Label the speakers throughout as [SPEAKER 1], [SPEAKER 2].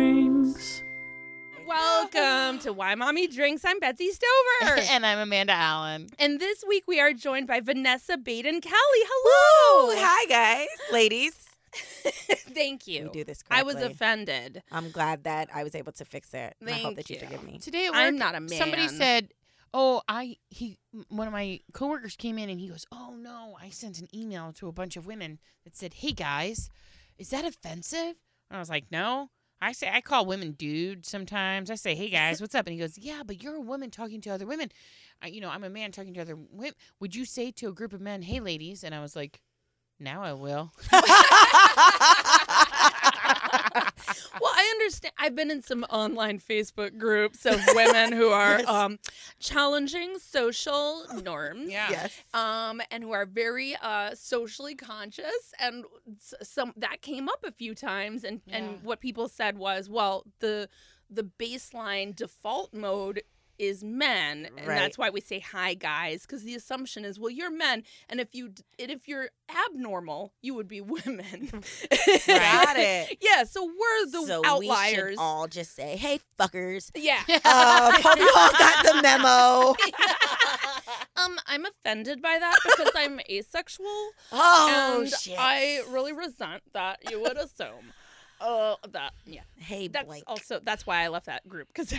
[SPEAKER 1] drinks.
[SPEAKER 2] Welcome to Why Mommy Drinks. I'm Betsy Stover.
[SPEAKER 3] and I'm Amanda Allen.
[SPEAKER 2] and this week we are joined by Vanessa Baden Kelly. Hello.
[SPEAKER 4] hi guys, ladies.
[SPEAKER 2] Thank
[SPEAKER 4] We
[SPEAKER 2] you.
[SPEAKER 4] do this
[SPEAKER 2] I was
[SPEAKER 4] correctly.
[SPEAKER 2] offended.
[SPEAKER 4] I'm glad that I was able to fix it. and I
[SPEAKER 2] Thank
[SPEAKER 4] hope that you,
[SPEAKER 2] you.
[SPEAKER 4] forgive me.
[SPEAKER 3] Today at
[SPEAKER 2] I'm
[SPEAKER 3] work,
[SPEAKER 2] not a
[SPEAKER 3] Somebody
[SPEAKER 2] man.
[SPEAKER 3] said, "Oh, I he one of my coworkers came in and he goes, "Oh no, I sent an email to a bunch of women that said, "Hey guys, is that offensive?" And I was like, "No." I say I call women dude sometimes. I say, "Hey guys, what's up?" And he goes, "Yeah, but you're a woman talking to other women. I, you know, I'm a man talking to other women. Would you say to a group of men, "Hey ladies?" And I was like, "Now I will."
[SPEAKER 2] Well, I understand. I've been in some online Facebook groups of women who are
[SPEAKER 4] Yes.
[SPEAKER 2] um, challenging social norms.
[SPEAKER 4] yes.
[SPEAKER 2] um, and who are very uh, socially conscious. And s- some that came up a few times. And,
[SPEAKER 3] Yeah.
[SPEAKER 2] and what people said was, well, the the baseline default mode is men, and
[SPEAKER 4] Right.
[SPEAKER 2] that's why we say hi guys, because the assumption is, well, you're men, and if you d- and if you're abnormal, you would be women.
[SPEAKER 4] Got it.
[SPEAKER 2] Yeah, so we're the
[SPEAKER 4] so We
[SPEAKER 2] outliers.
[SPEAKER 4] should all just say, "Hey, fuckers."
[SPEAKER 2] yeah.
[SPEAKER 4] Uh, hope you all got the memo.
[SPEAKER 2] Um, I'm offended by that because I'm asexual.
[SPEAKER 4] Oh
[SPEAKER 2] and
[SPEAKER 4] shit! Oh,
[SPEAKER 2] I really resent that you would assume. Uh, that yeah.
[SPEAKER 4] hey,
[SPEAKER 2] That's
[SPEAKER 4] blank.
[SPEAKER 2] also that's why I left that group because I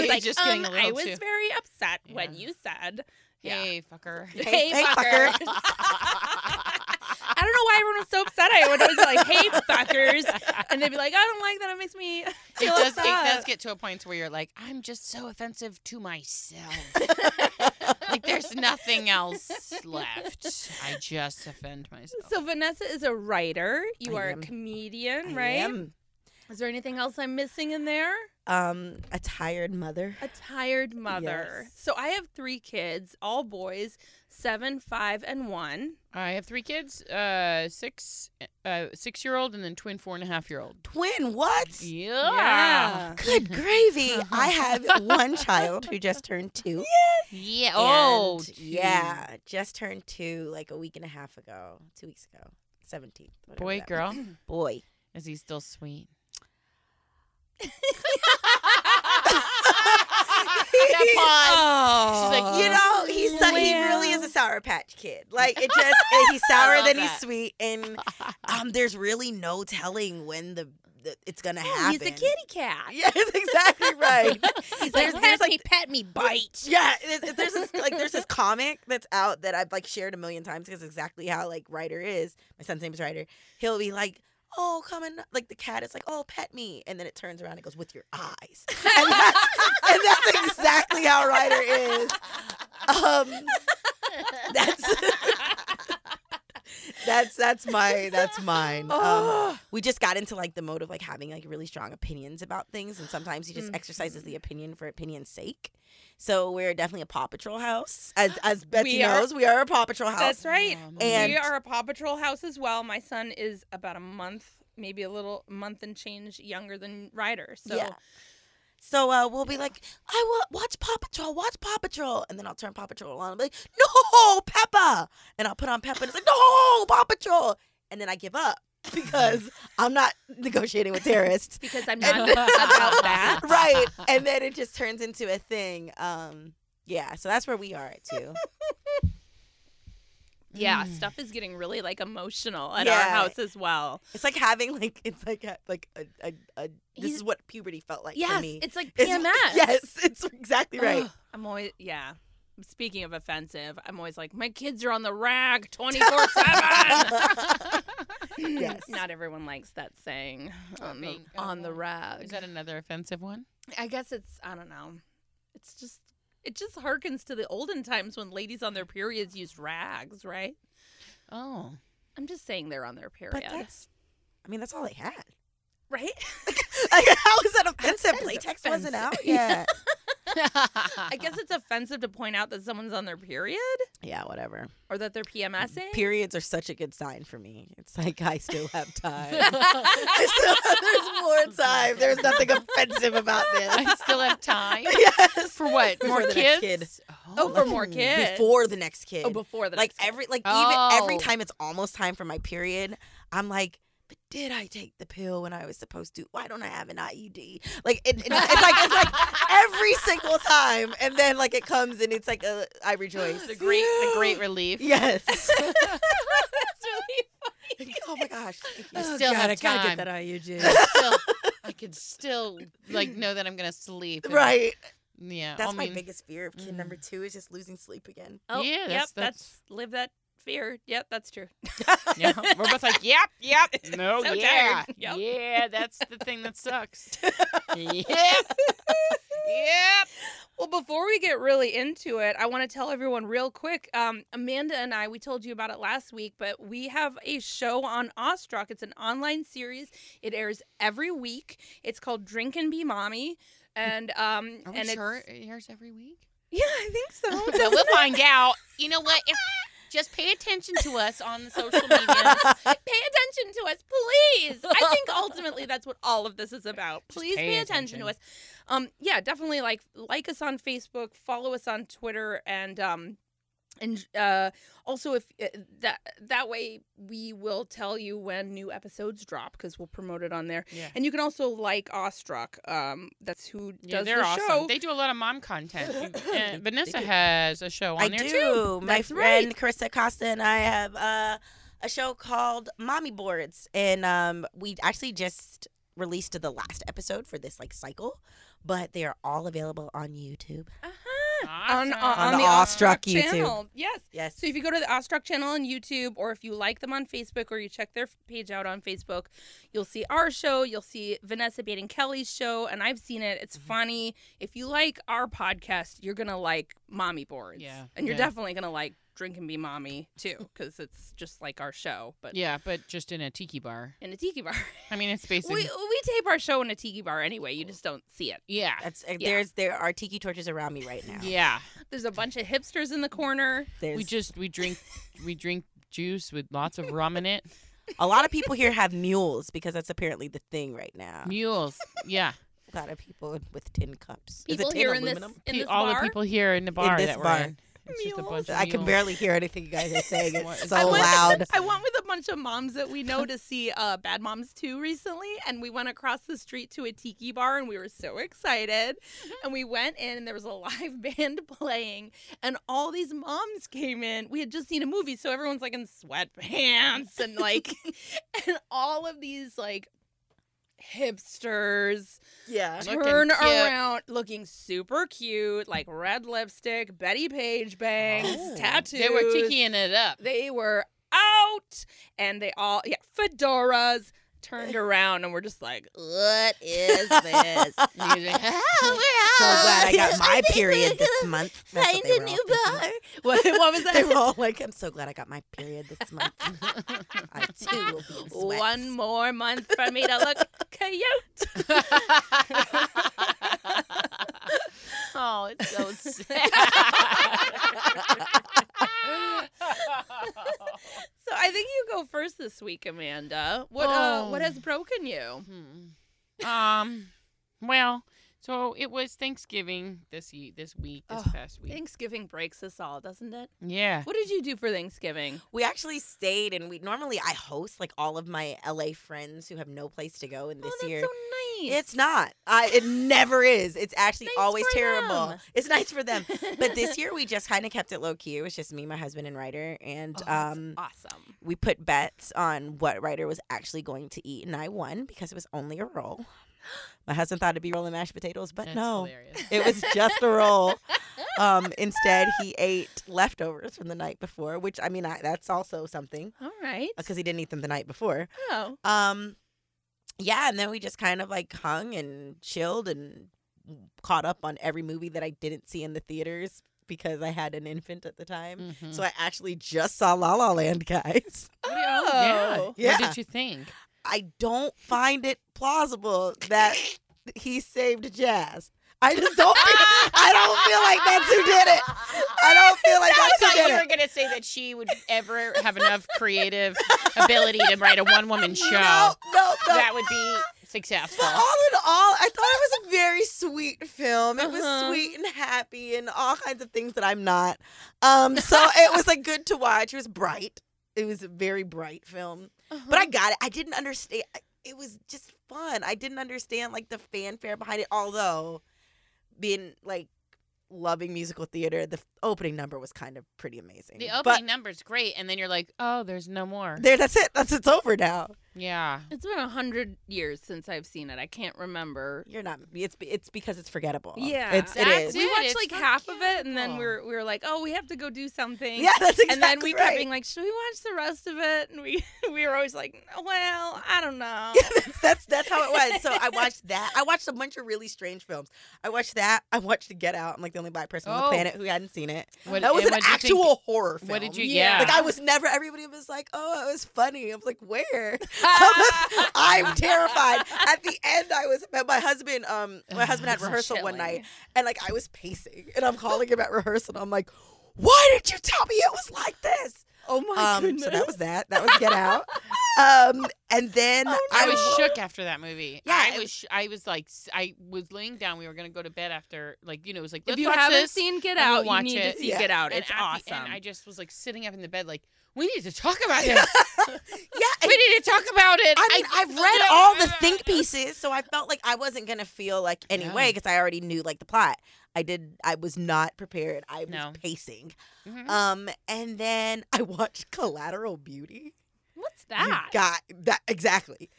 [SPEAKER 2] was like,
[SPEAKER 3] just getting
[SPEAKER 2] um,
[SPEAKER 3] a little
[SPEAKER 2] I was
[SPEAKER 3] too-
[SPEAKER 2] very upset when
[SPEAKER 3] Yeah.
[SPEAKER 2] you said, yeah.
[SPEAKER 3] Hey fucker.
[SPEAKER 4] Hey, hey, fucker.
[SPEAKER 2] I don't know why everyone was so upset. I would always be like, "Hey, fuckers," and they'd be like, "I don't like that. It makes me
[SPEAKER 3] it
[SPEAKER 2] feel
[SPEAKER 3] does, it
[SPEAKER 2] upset."
[SPEAKER 3] does get to a point where you're like, I'm just so offensive to myself. like there's nothing else left. I just offend myself.
[SPEAKER 2] so Vanessa is a writer. You
[SPEAKER 4] I
[SPEAKER 2] are
[SPEAKER 4] am.
[SPEAKER 2] a comedian,
[SPEAKER 4] I
[SPEAKER 2] right?
[SPEAKER 4] am,
[SPEAKER 2] Is there anything else I'm missing in there?
[SPEAKER 4] um, a tired mother.
[SPEAKER 2] A tired mother.
[SPEAKER 4] Yes.
[SPEAKER 2] So I have three kids, all boys, seven, five, and one.
[SPEAKER 3] I have three kids, uh, six, uh, six year old, and then twin four and a half year old.
[SPEAKER 4] Twin, what?
[SPEAKER 3] Yeah.
[SPEAKER 4] Good gravy! I have one child who just turned two.
[SPEAKER 3] Yeah. Oh.
[SPEAKER 4] And,
[SPEAKER 3] gee.
[SPEAKER 4] yeah, just turned two like a week and a half ago, two weeks ago, seventeenth.
[SPEAKER 3] Boy, girl,
[SPEAKER 4] boy.
[SPEAKER 3] is he still sweet?
[SPEAKER 2] Oh.
[SPEAKER 3] She's like,
[SPEAKER 4] You know, he's so, he
[SPEAKER 2] Well.
[SPEAKER 4] really is a sour patch kid. Like it just uh, he's sour,
[SPEAKER 3] love
[SPEAKER 4] then he's
[SPEAKER 3] that.
[SPEAKER 4] sweet, and um, there's really no telling when the, the it's gonna
[SPEAKER 2] Oh,
[SPEAKER 4] happen.
[SPEAKER 2] he's a kitty cat.
[SPEAKER 4] Yes, exactly right.
[SPEAKER 2] He's
[SPEAKER 4] There's-
[SPEAKER 2] like,
[SPEAKER 4] there's
[SPEAKER 2] pet
[SPEAKER 4] like-
[SPEAKER 2] me, pet me, bite.
[SPEAKER 4] Yeah, there's, there's this like there's this comic that's out that I've like shared a million times because exactly how like Ryder is. My son's name is Ryder. He'll be like, "Oh, come and like the cat is like, oh, pet me," and then it turns around and goes with your eyes, and that's, and that's exactly how Ryder is. Um, that's that's that's my that's mine. Um, we just got into like the mode of like having like really strong opinions about things, and sometimes he just exercises the opinion for opinion's sake. So we're definitely a Paw Patrol house, as as Betsy
[SPEAKER 2] We are-
[SPEAKER 4] knows. We are a Paw Patrol house.
[SPEAKER 2] That's right.
[SPEAKER 3] Um,
[SPEAKER 4] And-
[SPEAKER 2] we are a Paw Patrol house as well. My son is about a month, maybe a little month and change younger than Ryder. So
[SPEAKER 4] Yeah. So uh, we'll be like, I wa watch Paw Patrol, watch Paw Patrol, and then I'll turn Paw Patrol on. and be like, no, Peppa, and I'll put on Peppa, and it's like, no, Paw Patrol, and then I give up because I'm not negotiating with terrorists.
[SPEAKER 2] because I'm not
[SPEAKER 4] And-
[SPEAKER 2] about that.
[SPEAKER 4] right and then it just turns into a thing um yeah so that's where we are at too
[SPEAKER 2] Yeah,
[SPEAKER 3] Mm.
[SPEAKER 2] stuff is getting really like emotional at our
[SPEAKER 4] Yeah.
[SPEAKER 2] house as well.
[SPEAKER 4] it's like having like it's like a, like a, a, a this
[SPEAKER 2] He's-
[SPEAKER 4] is what puberty felt like for
[SPEAKER 2] yes,
[SPEAKER 4] me
[SPEAKER 2] it's like PMS.
[SPEAKER 4] It's- yes it's exactly right
[SPEAKER 2] Ugh, I'm always yeah. Speaking of offensive, I'm always like my kids are on the rag 24 seven.
[SPEAKER 4] Yes.
[SPEAKER 2] Not everyone likes that saying
[SPEAKER 3] Oh,
[SPEAKER 2] on the
[SPEAKER 3] being- oh,
[SPEAKER 2] on the
[SPEAKER 3] well,
[SPEAKER 2] rag.
[SPEAKER 3] Is that another offensive one?
[SPEAKER 2] I guess it's I don't know. It's just it just harkens to the olden times when ladies on their periods used rags, right?
[SPEAKER 3] Oh.
[SPEAKER 2] I'm just saying they're on their
[SPEAKER 4] but
[SPEAKER 2] period,
[SPEAKER 4] that's i mean that's all they had
[SPEAKER 2] right?
[SPEAKER 4] like how is that offensive
[SPEAKER 2] is
[SPEAKER 4] playtex wasn't
[SPEAKER 2] offensive.
[SPEAKER 4] out yet
[SPEAKER 2] I guess it's offensive to point out that someone's on their period
[SPEAKER 4] yeah whatever
[SPEAKER 2] or that they're PMSing.
[SPEAKER 4] periods are such a good sign for me it's like i still have time I still, there's more time there's nothing offensive about this
[SPEAKER 3] I still have time.
[SPEAKER 4] yes
[SPEAKER 3] For what?
[SPEAKER 4] Before
[SPEAKER 3] More
[SPEAKER 4] the
[SPEAKER 3] kids?
[SPEAKER 4] next
[SPEAKER 2] Oh, for more
[SPEAKER 4] Mm,
[SPEAKER 2] kids.
[SPEAKER 4] before the next kid.
[SPEAKER 2] oh, before the
[SPEAKER 4] like
[SPEAKER 2] next one.
[SPEAKER 4] every like even every
[SPEAKER 3] Oh.
[SPEAKER 4] time it's almost time for my period, I'm like, but did I take the pill when I was supposed to? Why don't I have an IUD? Like it, it- it's like it's like every single time, and then like it comes and it's like uh, I rejoice.
[SPEAKER 3] The great, the great relief.
[SPEAKER 4] Yes.
[SPEAKER 2] That's really
[SPEAKER 4] oh my gosh. Thank you.
[SPEAKER 3] You still
[SPEAKER 4] God,
[SPEAKER 3] have
[SPEAKER 4] I E gotta get
[SPEAKER 3] time.
[SPEAKER 4] that IUD.
[SPEAKER 3] I still, I could still like know that I'm gonna sleep. and-
[SPEAKER 4] right.
[SPEAKER 3] Yeah.
[SPEAKER 4] That's
[SPEAKER 3] I
[SPEAKER 4] my
[SPEAKER 3] mean,
[SPEAKER 4] biggest fear of kid
[SPEAKER 3] Mm.
[SPEAKER 4] number two is just losing sleep again.
[SPEAKER 2] Oh,
[SPEAKER 3] Yeah,
[SPEAKER 2] yep. That's,
[SPEAKER 3] that's- that's-
[SPEAKER 2] live that fear. Yep, that's true.
[SPEAKER 3] Yeah. We're both like, yep, yep. No,
[SPEAKER 2] So
[SPEAKER 3] yeah,
[SPEAKER 2] tired. Yep.
[SPEAKER 3] yeah. That's the thing that sucks. yep. Yep.
[SPEAKER 2] Well, before we get really into it, I want to tell everyone real quick. Um, Amanda and I, we told you about it last week, but we have a show on Awestruck. It's an online series. It airs every week. It's called Drink and Be Mommy, and um,
[SPEAKER 3] Are we
[SPEAKER 2] and
[SPEAKER 3] sure
[SPEAKER 2] it's Oh,
[SPEAKER 3] it airs every week?
[SPEAKER 2] yeah, I think so.
[SPEAKER 3] Well, we'll find out. You know what? If, just pay attention to us on the
[SPEAKER 4] Oh
[SPEAKER 3] social media.
[SPEAKER 2] pay attention to us, please. I think ultimately that's what all of this is about. Please
[SPEAKER 3] pay
[SPEAKER 2] pay, attention.
[SPEAKER 3] attention.
[SPEAKER 2] to us. Um, yeah, definitely like like us on Facebook, follow us on Twitter, and um, and uh, also if uh, that that way we will tell you when new episodes drop because we'll promote it on there.
[SPEAKER 3] Yeah.
[SPEAKER 2] And you can also like Awestruck. Um, that's who
[SPEAKER 3] Yeah,
[SPEAKER 2] does
[SPEAKER 3] they're
[SPEAKER 2] the
[SPEAKER 3] awesome.
[SPEAKER 2] show.
[SPEAKER 3] They do a lot of mom content.
[SPEAKER 4] They-
[SPEAKER 3] and Vanessa
[SPEAKER 4] they do.
[SPEAKER 3] has a show on
[SPEAKER 4] I
[SPEAKER 3] there
[SPEAKER 4] do.
[SPEAKER 3] too.
[SPEAKER 4] My
[SPEAKER 2] That's
[SPEAKER 4] friend Carissa Costa and I have uh, a show called Mommy Boards, and um, we actually just released the last episode for this like cycle, but they are all available on YouTube.
[SPEAKER 2] uh-huh.
[SPEAKER 3] Awesome.
[SPEAKER 2] on, on
[SPEAKER 4] the
[SPEAKER 2] the Awestruck
[SPEAKER 4] Awestruck YouTube.
[SPEAKER 2] channel. Yes.
[SPEAKER 4] Yes.
[SPEAKER 2] So if you go to the Awestruck channel on YouTube, or if you like them on Facebook, or you check their f- page out on Facebook, you'll see our show. You'll see Vanessa Baden Kelly's show, and I've seen it.
[SPEAKER 3] Mm-hmm.
[SPEAKER 2] It's funny. If you like our podcast, you're gonna like Mommy Boards.
[SPEAKER 3] Yeah,
[SPEAKER 2] and you're
[SPEAKER 3] yeah.
[SPEAKER 2] definitely gonna like Drink and Be Mommy too, because it's just like our show, but
[SPEAKER 3] Yeah, but just in a tiki bar.
[SPEAKER 2] in a tiki bar.
[SPEAKER 3] I mean, it's
[SPEAKER 2] we
[SPEAKER 3] basically.
[SPEAKER 2] we tape our show in a tiki bar anyway. You just don't see it.
[SPEAKER 3] Yeah.
[SPEAKER 4] That's, uh, There's there are tiki torches around me right now.
[SPEAKER 3] Yeah.
[SPEAKER 2] There's a bunch of hipsters in the corner.
[SPEAKER 4] There's
[SPEAKER 3] We just we drink we drink juice with lots of rum in it.
[SPEAKER 4] a lot of people here have mules because that's apparently the thing right now.
[SPEAKER 3] Mules. Yeah.
[SPEAKER 4] A lot of people with tin cups. Is it
[SPEAKER 2] People
[SPEAKER 4] tin
[SPEAKER 2] here in this
[SPEAKER 4] aluminum?
[SPEAKER 2] in this
[SPEAKER 3] All
[SPEAKER 2] bar.
[SPEAKER 3] the people here in the bar
[SPEAKER 4] this
[SPEAKER 3] that we're
[SPEAKER 4] bar.
[SPEAKER 3] in. It's just a bunch of
[SPEAKER 4] I can
[SPEAKER 3] mules.
[SPEAKER 4] barely hear anything you guys are saying. It's so
[SPEAKER 2] I went-
[SPEAKER 4] loud.
[SPEAKER 2] I went with a bunch of moms that we know to see uh, Bad Moms 2 recently, and we went across the street to a tiki bar, and we were so excited.
[SPEAKER 3] Mm-hmm.
[SPEAKER 2] And we went in, and there was a live band playing, and all these moms came in. We had just seen a movie, so everyone's like in sweatpants and like, and all of these like hipsters
[SPEAKER 4] Yeah.
[SPEAKER 3] Looking
[SPEAKER 2] turn
[SPEAKER 3] cute.
[SPEAKER 2] around looking super cute, like red lipstick, Betty Page bangs,
[SPEAKER 4] Oh.
[SPEAKER 2] tattoos.
[SPEAKER 3] They were tikiing it up.
[SPEAKER 2] They were out and they all, yeah, fedoras turned around and we're just like, what is
[SPEAKER 4] Oh
[SPEAKER 2] this?
[SPEAKER 4] so glad I got my period this month. That's what they were all thinking.
[SPEAKER 2] what, what was
[SPEAKER 4] They
[SPEAKER 2] that?
[SPEAKER 4] were all like, "I'm so glad I got my period this month. I too will be in sweats."
[SPEAKER 2] One more month for me to look cute.
[SPEAKER 3] oh, it's so sad.
[SPEAKER 2] So I think you go first this week, Amanda. What uh, what
[SPEAKER 3] Oh.
[SPEAKER 2] has broken you?
[SPEAKER 3] Hmm. Um. Well, so it was Thanksgiving this ye- this week, this
[SPEAKER 2] Oh,
[SPEAKER 3] past week.
[SPEAKER 2] Thanksgiving breaks us all, doesn't it?
[SPEAKER 3] yeah.
[SPEAKER 2] What did you do for Thanksgiving?
[SPEAKER 4] We actually stayed, and we normally I host like all of my LA friends who have no place to go, and this
[SPEAKER 2] oh, that's
[SPEAKER 4] year.
[SPEAKER 2] so nice.
[SPEAKER 4] it's not. I, it never is. It's actually
[SPEAKER 2] Nice
[SPEAKER 4] always
[SPEAKER 2] for
[SPEAKER 4] terrible.
[SPEAKER 2] them.
[SPEAKER 4] It's nice for them, but this year we just kind of kept it low key. It was just me, my husband, and Ryder, and
[SPEAKER 2] Oh, that's
[SPEAKER 4] um,
[SPEAKER 2] awesome.
[SPEAKER 4] we put bets on what Ryder was actually going to eat, and I won because it was only a roll. My husband thought it'd be roll and mashed potatoes, but
[SPEAKER 3] That's
[SPEAKER 4] no,
[SPEAKER 3] hilarious.
[SPEAKER 4] it was just a roll. Um, instead, he ate leftovers from the night before, which I mean, I, that's also something
[SPEAKER 2] All right.
[SPEAKER 4] because he didn't eat them the night before.
[SPEAKER 2] Oh.
[SPEAKER 4] Um, yeah, and then we just kind of like hung and chilled and caught up on every movie that I didn't see in the theaters because I had an infant at the time.
[SPEAKER 3] Mhm.
[SPEAKER 4] So I actually just saw La La Land, guys.
[SPEAKER 3] yeah.
[SPEAKER 2] Oh.
[SPEAKER 4] Yeah.
[SPEAKER 3] What did you think?
[SPEAKER 4] I don't find it plausible that he saved Jazz. I just don't. Think, I don't feel like that's who did it. I don't feel like
[SPEAKER 3] I
[SPEAKER 4] that's
[SPEAKER 3] thought
[SPEAKER 4] who
[SPEAKER 3] you
[SPEAKER 4] did
[SPEAKER 3] were
[SPEAKER 4] it.
[SPEAKER 3] gonna say that she would ever have enough creative ability to write a one-woman show
[SPEAKER 4] No, no, no.
[SPEAKER 3] that would be successful.
[SPEAKER 4] But all in all, I thought it was a very sweet film. It was
[SPEAKER 2] Uh-huh.
[SPEAKER 4] sweet and happy and all kinds of things that I'm not. Um, so it was like good to watch. It was bright. It was a very bright film. But I got it. I didn't understand. I- It was just fun. I didn't understand like the fanfare behind it. Although, being like loving musical theater, the f- opening number was kind of pretty amazing.
[SPEAKER 3] The opening
[SPEAKER 4] but
[SPEAKER 3] number's great, and then you're like, oh, there's no more.
[SPEAKER 4] there, that's it. That's it's over now.
[SPEAKER 3] yeah.
[SPEAKER 2] It's been a hundred years since I've seen it. I can't remember.
[SPEAKER 4] You're not. It's it's because it's forgettable.
[SPEAKER 2] Yeah,
[SPEAKER 4] it's it
[SPEAKER 3] That's
[SPEAKER 4] is.
[SPEAKER 2] We
[SPEAKER 3] it,
[SPEAKER 2] watched like
[SPEAKER 3] it's
[SPEAKER 2] half of it, and then
[SPEAKER 3] forgettable.
[SPEAKER 2] we were we were like, oh, we have to go do something.
[SPEAKER 4] Yeah, that's exactly
[SPEAKER 2] and then we
[SPEAKER 4] right.
[SPEAKER 2] kept being like, should we watch the rest of it? And we we were always like, well, I don't know.
[SPEAKER 4] that's, that's that's how it was. So I watched that. I watched a bunch of really strange films. I watched that. I watched Get Out. I'm like the only black person on the
[SPEAKER 3] Oh.
[SPEAKER 4] planet who hadn't seen it.
[SPEAKER 3] What,
[SPEAKER 4] That was
[SPEAKER 3] and
[SPEAKER 4] an
[SPEAKER 3] what'd you think-
[SPEAKER 4] actual horror film.
[SPEAKER 3] What did you?
[SPEAKER 2] Yeah.
[SPEAKER 3] Yeah.
[SPEAKER 4] Like I was never. Everybody was like, "Oh, it was funny." I was like, "Where?" Oh, I'm terrified. At the end, I was. but My husband, um, my
[SPEAKER 3] Ugh,
[SPEAKER 4] husband had
[SPEAKER 3] that's so
[SPEAKER 4] rehearsal one
[SPEAKER 3] chilling.
[SPEAKER 4] night, and like I was pacing, and I'm calling him at rehearsal, and I'm like, "Why did you tell me it was like this?"
[SPEAKER 2] oh my
[SPEAKER 4] Um,
[SPEAKER 2] goodness.
[SPEAKER 4] so that was that. That was Get Out. Um, and then
[SPEAKER 2] Oh,
[SPEAKER 3] I
[SPEAKER 4] I
[SPEAKER 3] was
[SPEAKER 4] wa-
[SPEAKER 3] shook after that movie.
[SPEAKER 4] Yeah,
[SPEAKER 3] I
[SPEAKER 4] it
[SPEAKER 3] was.
[SPEAKER 4] was-
[SPEAKER 3] sh- I was like, s- I was laying down. We were gonna go to bed after, like, you know, it was like,
[SPEAKER 2] if
[SPEAKER 3] let's
[SPEAKER 2] you
[SPEAKER 3] watch
[SPEAKER 2] haven't
[SPEAKER 3] this.
[SPEAKER 2] seen Get
[SPEAKER 3] and we'll
[SPEAKER 2] Out,
[SPEAKER 3] watch
[SPEAKER 2] you need
[SPEAKER 3] it.
[SPEAKER 2] to see
[SPEAKER 4] Yeah.
[SPEAKER 2] Get Out.
[SPEAKER 3] and
[SPEAKER 2] It's
[SPEAKER 3] at the
[SPEAKER 2] awesome.
[SPEAKER 3] end, I just was like sitting up in the bed, like, we need to talk about this.
[SPEAKER 4] yeah.
[SPEAKER 3] we
[SPEAKER 4] and-
[SPEAKER 3] need to talk about it.
[SPEAKER 4] I mean, I've read all the think pieces, so I felt like I wasn't gonna feel like any
[SPEAKER 3] No.
[SPEAKER 4] way because I already knew like the plot. I did. I was not prepared. I was
[SPEAKER 3] No.
[SPEAKER 4] pacing.
[SPEAKER 3] Mhm.
[SPEAKER 4] Um, and then I watched Collateral Beauty.
[SPEAKER 2] What's
[SPEAKER 4] You
[SPEAKER 2] that?
[SPEAKER 4] got that exactly.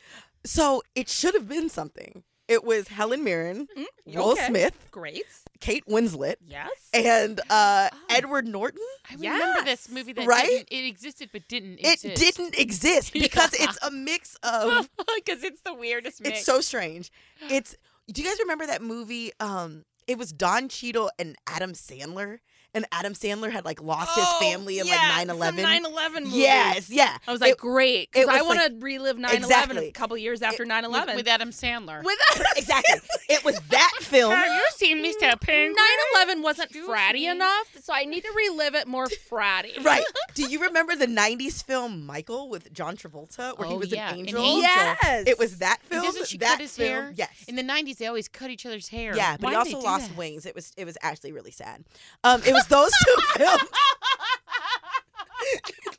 [SPEAKER 4] So it should have been something. It was Helen Mirren,
[SPEAKER 2] Mm,
[SPEAKER 4] Will
[SPEAKER 2] okay.
[SPEAKER 4] Smith,
[SPEAKER 2] Great.
[SPEAKER 4] Kate Winslet,
[SPEAKER 2] Yes.
[SPEAKER 4] and uh,
[SPEAKER 3] Oh.
[SPEAKER 4] Edward Norton.
[SPEAKER 3] I remember
[SPEAKER 2] Yes.
[SPEAKER 3] this movie that
[SPEAKER 4] Right?
[SPEAKER 3] didn't- it existed but didn't.
[SPEAKER 4] It didn't exist because it's a mix
[SPEAKER 2] Oh.
[SPEAKER 4] of.
[SPEAKER 3] because it's the weirdest mix.
[SPEAKER 4] It's so strange. It's. Do you guys remember that movie? Um, it was Don Cheadle and Adam Sandler, and Adam Sandler had like lost
[SPEAKER 2] Oh,
[SPEAKER 4] his family in
[SPEAKER 2] yeah,
[SPEAKER 4] like 9/11.
[SPEAKER 2] 9 11 movie.
[SPEAKER 4] Yes, yeah.
[SPEAKER 2] I was
[SPEAKER 4] It-
[SPEAKER 2] like, great. Because
[SPEAKER 4] it was
[SPEAKER 2] I want to relive 9 11
[SPEAKER 4] Exactly.
[SPEAKER 2] a couple years after 9
[SPEAKER 3] with,
[SPEAKER 2] 11.
[SPEAKER 3] with Adam Sandler.
[SPEAKER 2] With
[SPEAKER 4] exactly. It was that film.
[SPEAKER 3] Have you seen Mr. Penguin?
[SPEAKER 2] 9 11 wasn't
[SPEAKER 3] Excuse
[SPEAKER 2] fratty
[SPEAKER 3] me.
[SPEAKER 2] enough, so I need to relive it more fratty.
[SPEAKER 4] Right. Do you remember the 90s film Michael with John Travolta where he
[SPEAKER 3] Oh,
[SPEAKER 4] was
[SPEAKER 3] yeah,
[SPEAKER 4] an
[SPEAKER 3] an
[SPEAKER 4] angel?
[SPEAKER 3] angel.
[SPEAKER 2] Yes.
[SPEAKER 4] It was that film.
[SPEAKER 3] doesn't she
[SPEAKER 4] that
[SPEAKER 3] cut his
[SPEAKER 4] film.
[SPEAKER 3] hair?
[SPEAKER 4] Yes.
[SPEAKER 3] In the '90s, they always cut each other's hair.
[SPEAKER 4] yeah, but
[SPEAKER 3] Why
[SPEAKER 4] he
[SPEAKER 3] did
[SPEAKER 4] also
[SPEAKER 3] they do
[SPEAKER 4] lost
[SPEAKER 3] that?
[SPEAKER 4] wings. It was it was actually really sad. Um, it was those two films. It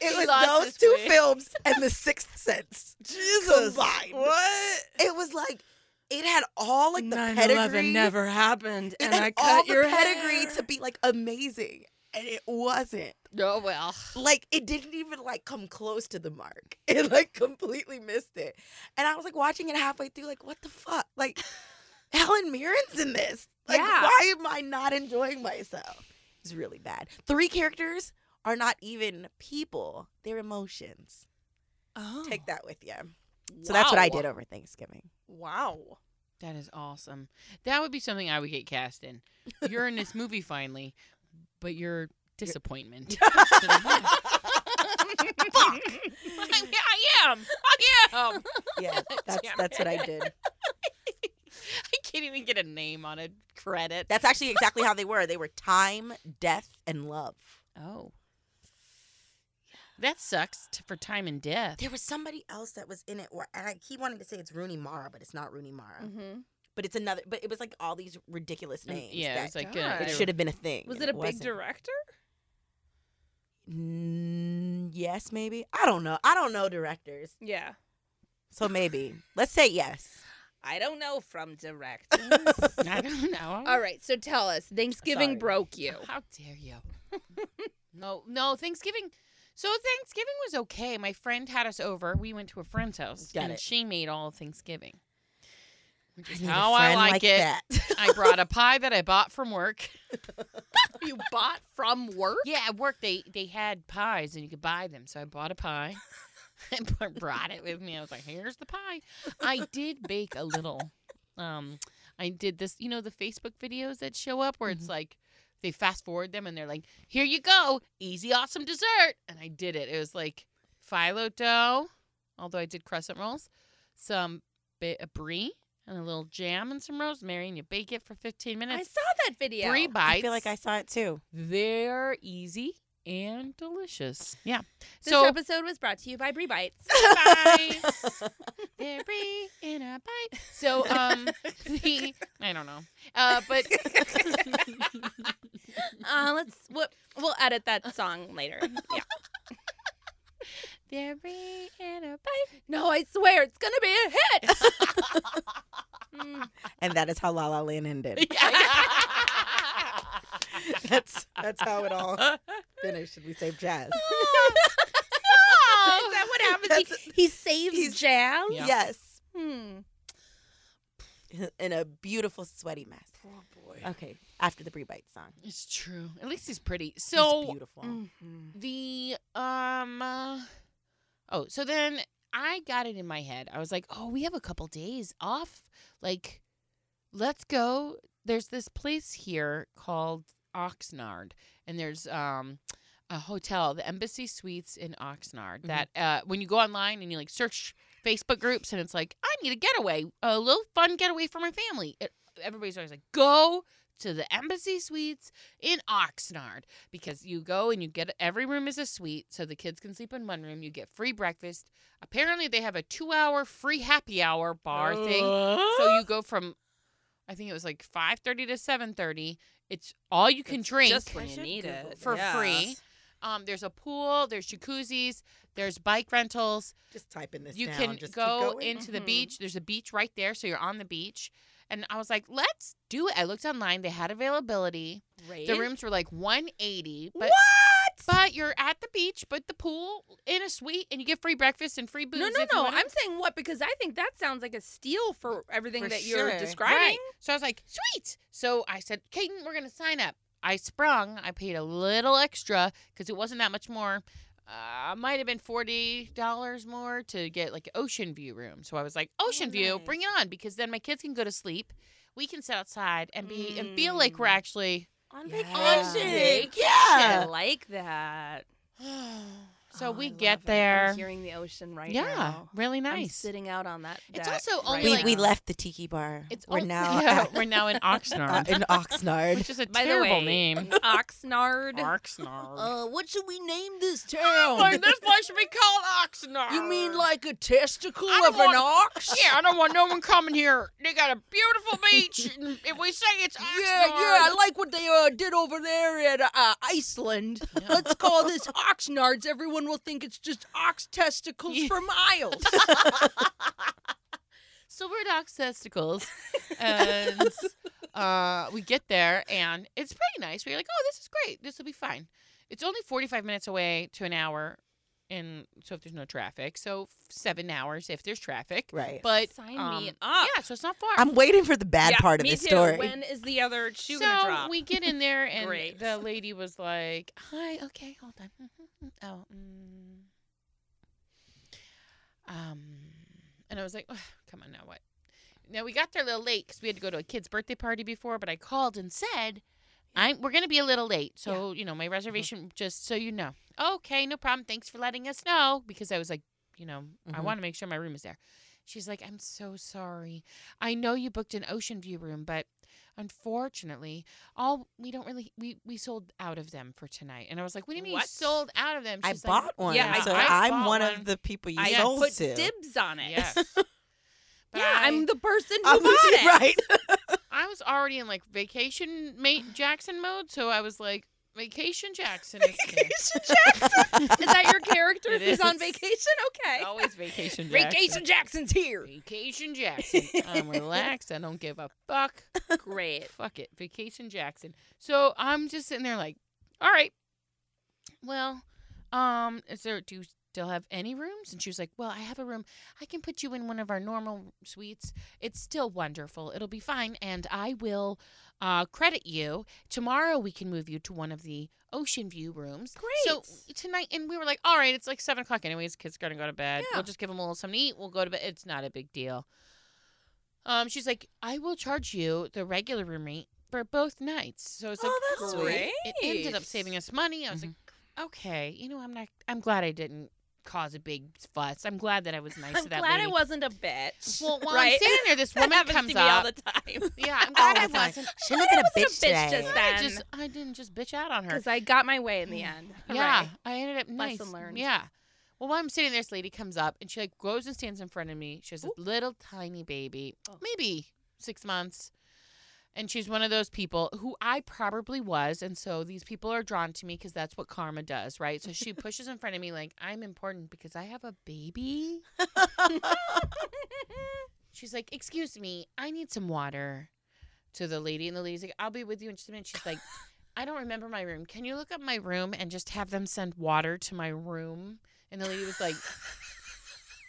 [SPEAKER 3] He
[SPEAKER 4] was
[SPEAKER 3] lost
[SPEAKER 4] those
[SPEAKER 3] his
[SPEAKER 4] two
[SPEAKER 3] wings.
[SPEAKER 4] films and The Sixth Sense. Jesus,
[SPEAKER 2] What?
[SPEAKER 4] It was like it had all like the
[SPEAKER 2] 9
[SPEAKER 4] pedigree.
[SPEAKER 2] never happened,
[SPEAKER 4] it
[SPEAKER 2] and
[SPEAKER 4] had
[SPEAKER 2] I
[SPEAKER 4] all
[SPEAKER 2] cut
[SPEAKER 4] the
[SPEAKER 2] your
[SPEAKER 4] pedigree
[SPEAKER 2] hair.
[SPEAKER 4] to be like amazing, and it wasn't.
[SPEAKER 3] Oh well.
[SPEAKER 4] like it didn't even like come close to the mark. It like completely missed it. And I was like watching it halfway through, like, what the fuck? Like Helen Mirren's in this. Like,
[SPEAKER 2] Yeah.
[SPEAKER 4] why am I not enjoying myself? It's really bad. Three characters are not even people, they're emotions.
[SPEAKER 2] Oh.
[SPEAKER 4] Take that with you. So that's what I did over Thanksgiving.
[SPEAKER 2] Wow.
[SPEAKER 3] That is awesome. That would be something I would get cast in. You're in this movie finally, but you're disappointment. I, I am. I
[SPEAKER 2] Um,
[SPEAKER 3] am.
[SPEAKER 4] Yeah, that's
[SPEAKER 3] Damn
[SPEAKER 4] that's what I did.
[SPEAKER 3] I can't even get a name on a credit.
[SPEAKER 4] That's actually exactly how they were. They were time, death, and love.
[SPEAKER 3] oh. That sucks t- for time and death.
[SPEAKER 4] There was somebody else that was in it, wh- and I keep wanting to say it's Rooney Mara, but it's not Rooney Mara.
[SPEAKER 3] Mm-hmm.
[SPEAKER 2] Mhm.
[SPEAKER 4] But it's another. But it was like all these ridiculous
[SPEAKER 3] Um,
[SPEAKER 4] names.
[SPEAKER 3] yeah,
[SPEAKER 4] that
[SPEAKER 3] it's like uh,
[SPEAKER 2] God.
[SPEAKER 4] it
[SPEAKER 3] they
[SPEAKER 4] should have been a thing.
[SPEAKER 2] Was
[SPEAKER 4] and
[SPEAKER 2] it a big
[SPEAKER 4] wasn't.
[SPEAKER 2] director?
[SPEAKER 4] Mm, yes, maybe. I don't know. I don't know directors,
[SPEAKER 2] Yeah.
[SPEAKER 4] so maybe let's say yes.
[SPEAKER 2] I don't know from directors.
[SPEAKER 3] were- I don't know.
[SPEAKER 2] All right, so tell us. Thanksgiving
[SPEAKER 4] Sorry.
[SPEAKER 2] broke you.
[SPEAKER 3] How dare you? no, no, Thanksgiving. So Thanksgiving was okay. My friend had us over. We went to a friend's house
[SPEAKER 4] Got
[SPEAKER 3] and
[SPEAKER 4] it.
[SPEAKER 3] she made all of Thanksgiving. Which is
[SPEAKER 4] need a
[SPEAKER 3] how I
[SPEAKER 4] friend
[SPEAKER 3] like, it.
[SPEAKER 4] That.
[SPEAKER 3] I brought a pie that I bought from work.
[SPEAKER 2] you bought from work?
[SPEAKER 3] Yeah, at work they they had pies and you could buy them. So I bought a pie and br- brought it with me. I was like, "Here's the pie." I did bake a little. Um, I did this. You know the Facebook videos that show up where it's
[SPEAKER 4] Mhm.
[SPEAKER 3] like they fast forward them and they're like, "Here you go, easy, awesome dessert." And I did it. It was like phyllo dough, although I did crescent rolls, some bit of brie and a little jam and some rosemary, and you bake it for 15
[SPEAKER 2] I
[SPEAKER 3] minutes.
[SPEAKER 2] saw that video.
[SPEAKER 3] Three bites.
[SPEAKER 4] I feel like I saw it too.
[SPEAKER 3] They're easy and delicious. Yeah.
[SPEAKER 2] This
[SPEAKER 3] so
[SPEAKER 2] episode was brought to you by Brie Bites.
[SPEAKER 3] bites. They're free in a bite. So um the I don't know. Uh but
[SPEAKER 2] uh, let's we'll, we'll edit that song later. Yeah.
[SPEAKER 3] There ain't a
[SPEAKER 2] No, I swear it's gonna be a hit. Mm.
[SPEAKER 4] And that is how La La Land ended.
[SPEAKER 3] bite.
[SPEAKER 4] That's that's how it all finished. And we saved Jazz.
[SPEAKER 2] Is that what happens? He-
[SPEAKER 4] That's-
[SPEAKER 2] he, saves
[SPEAKER 4] he's-
[SPEAKER 2] Jazz.
[SPEAKER 3] Yeah.
[SPEAKER 4] Yes.
[SPEAKER 2] Hmm.
[SPEAKER 4] In a beautiful sweaty mess.
[SPEAKER 2] Poor boy.
[SPEAKER 4] Okay. After the Brie Bite song.
[SPEAKER 3] It's true. At least he's pretty.
[SPEAKER 4] He's
[SPEAKER 3] So
[SPEAKER 4] beautiful.
[SPEAKER 2] mm, Mm-hmm.
[SPEAKER 3] the um uh, oh, so then I got it in my head. I was like, "Oh, we have a couple days off. Like let's go. There's this place here called Oxnard and there's um a hotel, the Embassy Suites in Oxnard.
[SPEAKER 4] Mhm.
[SPEAKER 3] That uh when you go online and you like search Facebook groups and it's like, "I need a getaway, a little fun getaway for my family." It, everybody's always like, "Go to the Embassy Suites in Oxnard because you go and you get every room is a suite, so the kids can sleep in one room. You get free breakfast. Apparently, they have a two-hour free happy hour bar thing. So you go from, I think it was like five thirty to seven thirty. It's all you can
[SPEAKER 2] That's
[SPEAKER 3] drink.
[SPEAKER 2] just when
[SPEAKER 4] I
[SPEAKER 2] you
[SPEAKER 4] should
[SPEAKER 2] need
[SPEAKER 4] Google
[SPEAKER 2] it
[SPEAKER 3] for
[SPEAKER 2] Yeah.
[SPEAKER 3] free. um, there's a pool. There's jacuzzis. There's bike rentals.
[SPEAKER 4] Just type in this
[SPEAKER 3] You
[SPEAKER 4] down.
[SPEAKER 3] can
[SPEAKER 4] Just keep
[SPEAKER 3] go
[SPEAKER 4] going.
[SPEAKER 3] into the
[SPEAKER 2] Mhm.
[SPEAKER 3] beach. There's a beach right there, so you're on the beach. And I was like, let's do it. I looked online. They had availability.
[SPEAKER 2] Right?
[SPEAKER 3] The rooms were like 180, but
[SPEAKER 4] what?
[SPEAKER 3] but you're at the beach, but the pool in a suite, and you get free breakfast and free booze.
[SPEAKER 2] No, no,
[SPEAKER 3] if you
[SPEAKER 2] no.
[SPEAKER 3] wanna-
[SPEAKER 2] I'm saying what because I think that sounds like a steal for everything
[SPEAKER 4] For
[SPEAKER 2] that
[SPEAKER 4] sure.
[SPEAKER 2] you're describing.
[SPEAKER 3] Right. So I was like, sweet. So I said, Caden, we're gonna sign up. I sprung. I paid a little extra because it wasn't that much more. Uh, might have been forty dollars more to get like an ocean view room. So I was like,
[SPEAKER 2] Oh,
[SPEAKER 3] ocean view,
[SPEAKER 4] nice.
[SPEAKER 3] bring it on because then my kids can go to sleep. We can sit outside and be and feel like we're
[SPEAKER 2] Mm.
[SPEAKER 3] actually.
[SPEAKER 4] On
[SPEAKER 2] Yeah.
[SPEAKER 4] vacation.
[SPEAKER 2] Vacation. I
[SPEAKER 4] Yeah.
[SPEAKER 2] like that.
[SPEAKER 3] so
[SPEAKER 2] Oh,
[SPEAKER 3] we
[SPEAKER 2] I
[SPEAKER 3] get
[SPEAKER 2] love it. I'm
[SPEAKER 3] there.
[SPEAKER 2] hearing the ocean right
[SPEAKER 3] yeah,
[SPEAKER 2] now.
[SPEAKER 3] really
[SPEAKER 2] I'm
[SPEAKER 3] nice.
[SPEAKER 2] sitting out on that.
[SPEAKER 3] It's
[SPEAKER 2] deck
[SPEAKER 3] also only,
[SPEAKER 4] We,
[SPEAKER 3] like-
[SPEAKER 4] we left the tiki bar.
[SPEAKER 3] It's
[SPEAKER 4] we're
[SPEAKER 3] oh,
[SPEAKER 4] now
[SPEAKER 3] yeah,
[SPEAKER 4] at-
[SPEAKER 3] we're now in
[SPEAKER 4] uh,
[SPEAKER 3] Oxnard,
[SPEAKER 4] in Oxnard.
[SPEAKER 3] which is a
[SPEAKER 2] By the
[SPEAKER 3] terrible
[SPEAKER 2] way,
[SPEAKER 3] name.
[SPEAKER 2] Oxnard.
[SPEAKER 4] Oh.
[SPEAKER 3] Oxnard.
[SPEAKER 2] Uh, what should we name this
[SPEAKER 3] Like, this place should be called Oxnard.
[SPEAKER 2] like a testicle
[SPEAKER 3] I don't want-
[SPEAKER 2] ox?
[SPEAKER 3] Yeah, I don't want no one coming here. They got a beautiful beach. and if we say it's Oxnard,
[SPEAKER 2] like what they uh, did over there at uh, Iceland. Let's call this Oxnards. Everyone will think it's just ox testicles
[SPEAKER 3] Yeah.
[SPEAKER 2] for miles.
[SPEAKER 3] So we're at Ox Testicles, and uh, we get there, and it's pretty nice. We're like, oh, this is great. This will be fine. It's only 45 minutes away to an hour, and so if there's no traffic, so seven hours if there's traffic.
[SPEAKER 4] Right.
[SPEAKER 3] But
[SPEAKER 2] Sign
[SPEAKER 3] um,
[SPEAKER 2] me up.
[SPEAKER 3] Yeah, so it's not far.
[SPEAKER 4] I'm waiting for the bad
[SPEAKER 2] Yeah,
[SPEAKER 4] part of
[SPEAKER 2] me
[SPEAKER 4] this
[SPEAKER 2] too.
[SPEAKER 4] story.
[SPEAKER 2] When is the other shoe
[SPEAKER 3] so
[SPEAKER 2] gonna drop?
[SPEAKER 3] we get in there, and
[SPEAKER 2] Great.
[SPEAKER 3] the lady was like, "Hi, okay, hold on. Mhm, mhm. Oh, mm. um, and I was like, "Ugh, come on now, what? Now we got there a little late because we had to go to a kid's birthday party before, but I called and said, "I'm we're gonna be a little late, so you know my reservation. Just so you know, okay, no problem. Thanks for letting us know because I was like, you know, I
[SPEAKER 2] Mm-hmm.
[SPEAKER 4] Mhm.
[SPEAKER 3] want to make sure my room is there." She's like, "I'm so sorry. I know you booked an ocean view room, but unfortunately, all we don't really we we sold out of them for tonight." And I was like, "What do you mean you
[SPEAKER 2] What?
[SPEAKER 3] sold out of them?"
[SPEAKER 4] I
[SPEAKER 3] She's like,
[SPEAKER 4] bought one,
[SPEAKER 2] yeah, I-
[SPEAKER 4] so
[SPEAKER 2] I
[SPEAKER 4] am
[SPEAKER 3] bought
[SPEAKER 4] one
[SPEAKER 3] one.
[SPEAKER 4] of the people you
[SPEAKER 3] I
[SPEAKER 2] I
[SPEAKER 4] sold
[SPEAKER 2] put
[SPEAKER 4] to.
[SPEAKER 2] dibs on it.
[SPEAKER 3] Yes. But
[SPEAKER 2] Yeah,
[SPEAKER 3] I,
[SPEAKER 2] I'm the person who
[SPEAKER 4] I
[SPEAKER 2] bought it.
[SPEAKER 4] right.
[SPEAKER 3] I was already in like vacation mate Jackson mode, so I was like, vacation Jackson. is here."
[SPEAKER 2] Is that your character
[SPEAKER 3] It
[SPEAKER 2] who's on
[SPEAKER 3] is.
[SPEAKER 2] vacation? Okay.
[SPEAKER 3] Always vacation Jackson.
[SPEAKER 2] Vacation Jackson's here.
[SPEAKER 3] Vacation Jackson. I'm relaxed. I don't give a fuck.
[SPEAKER 2] Great.
[SPEAKER 3] Fuck it. Vacation Jackson. So I'm just sitting there like, all right. Well, um, is there do you still have any rooms? And she was like, Well, I have a room. I can put you in one of our normal suites. It's still wonderful. It'll be fine. And I will uh credit you. Tomorrow we can move you to one of the ocean view rooms. So
[SPEAKER 2] Great.
[SPEAKER 3] tonight and we were like, All right, it's like seven o'clock anyways, kids are gonna go to bed.
[SPEAKER 2] Yeah.
[SPEAKER 3] We'll just give them a little something to eat, we'll go to bed. It's not a big deal. Um, she's like, I will charge you the regular room rate for both nights. So it's like,
[SPEAKER 4] Oh, that's sweet.
[SPEAKER 3] great. It ended up
[SPEAKER 2] Great. Mm-hmm.
[SPEAKER 3] saving us money. I was like, okay, you know, I'm not. I'm glad I didn't cause a big fuss. I'm glad that I was nice
[SPEAKER 2] I'm
[SPEAKER 3] to that
[SPEAKER 2] glad I
[SPEAKER 3] lady.
[SPEAKER 2] wasn't a bitch.
[SPEAKER 3] Well, while I'm
[SPEAKER 2] right?
[SPEAKER 3] standing there, this
[SPEAKER 2] That
[SPEAKER 3] woman
[SPEAKER 2] happens
[SPEAKER 3] comes
[SPEAKER 2] to me all
[SPEAKER 3] up.
[SPEAKER 2] the time.
[SPEAKER 3] yeah, I'm glad
[SPEAKER 4] All
[SPEAKER 3] I
[SPEAKER 4] the time.
[SPEAKER 3] wasn't.
[SPEAKER 4] She looked at a bitch
[SPEAKER 2] wasn't a bitch
[SPEAKER 4] today.
[SPEAKER 2] just then.
[SPEAKER 3] I just, I didn't just bitch out on her.
[SPEAKER 2] Because I got my way in the end.
[SPEAKER 3] Yeah,
[SPEAKER 2] Hooray.
[SPEAKER 3] I ended up nice.
[SPEAKER 2] Lesson learned.
[SPEAKER 3] Yeah. Well, while I'm sitting there, this lady comes up and she like goes and stands in front of me. She has this little tiny baby,
[SPEAKER 2] Oh.
[SPEAKER 3] maybe six months, And she's one of those people who I probably was. And so these people are drawn to me because that's what karma does, right? So she pushes in front of me, like, I'm important because I have a baby. She's like, Excuse me, I need some water to the lady. And the lady's like, I'll be with you in just a minute. She's like, I don't remember my room. Can you look up my room and just have them send water to my room? And the lady was like,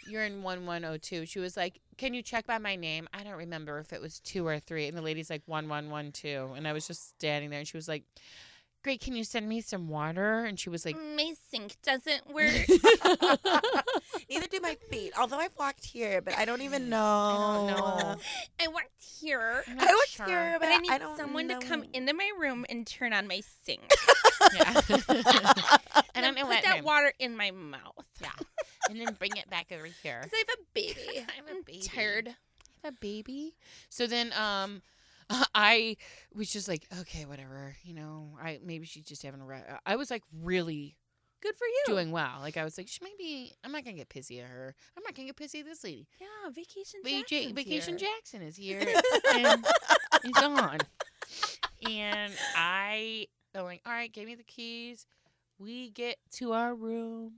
[SPEAKER 3] You're in 1102. She was like, Can you check by my name? I don't remember if it was two or three. And the lady's like, 1112. And I was just standing there and she was like, Great, can you send me some water? And she was like,
[SPEAKER 2] My sink doesn't work.
[SPEAKER 4] Neither do my feet. Although I've walked here, but I don't even know.
[SPEAKER 3] don't know.
[SPEAKER 2] I worked here.
[SPEAKER 3] "I'm
[SPEAKER 4] I
[SPEAKER 3] not
[SPEAKER 4] walked
[SPEAKER 3] sure."
[SPEAKER 4] here, but
[SPEAKER 2] But I need
[SPEAKER 4] I don't
[SPEAKER 2] someone
[SPEAKER 4] know.
[SPEAKER 2] to come into my room and turn on my sink.
[SPEAKER 3] Yeah. and
[SPEAKER 2] then
[SPEAKER 3] I'm
[SPEAKER 2] put
[SPEAKER 3] wet
[SPEAKER 2] that
[SPEAKER 3] room.
[SPEAKER 2] water in my mouth.
[SPEAKER 3] Yeah. And then bring it back over here.
[SPEAKER 2] Because I have a baby.
[SPEAKER 3] I have a
[SPEAKER 2] I'm
[SPEAKER 3] baby.
[SPEAKER 2] tired.
[SPEAKER 3] a baby. So then um I was just like, okay, whatever, you know, I maybe she's just having a re- I was like really
[SPEAKER 2] Good for you.
[SPEAKER 3] doing well. Like I was like, she maybe I'm not gonna get pissy at her. I'm not gonna get pissy at this lady.
[SPEAKER 2] yeah, vacation.
[SPEAKER 3] VJ,
[SPEAKER 2] Jackson's
[SPEAKER 3] Vacation
[SPEAKER 2] here.
[SPEAKER 3] Jackson is here and it's on. And I I'm like, all right, give me the keys. We get to our room.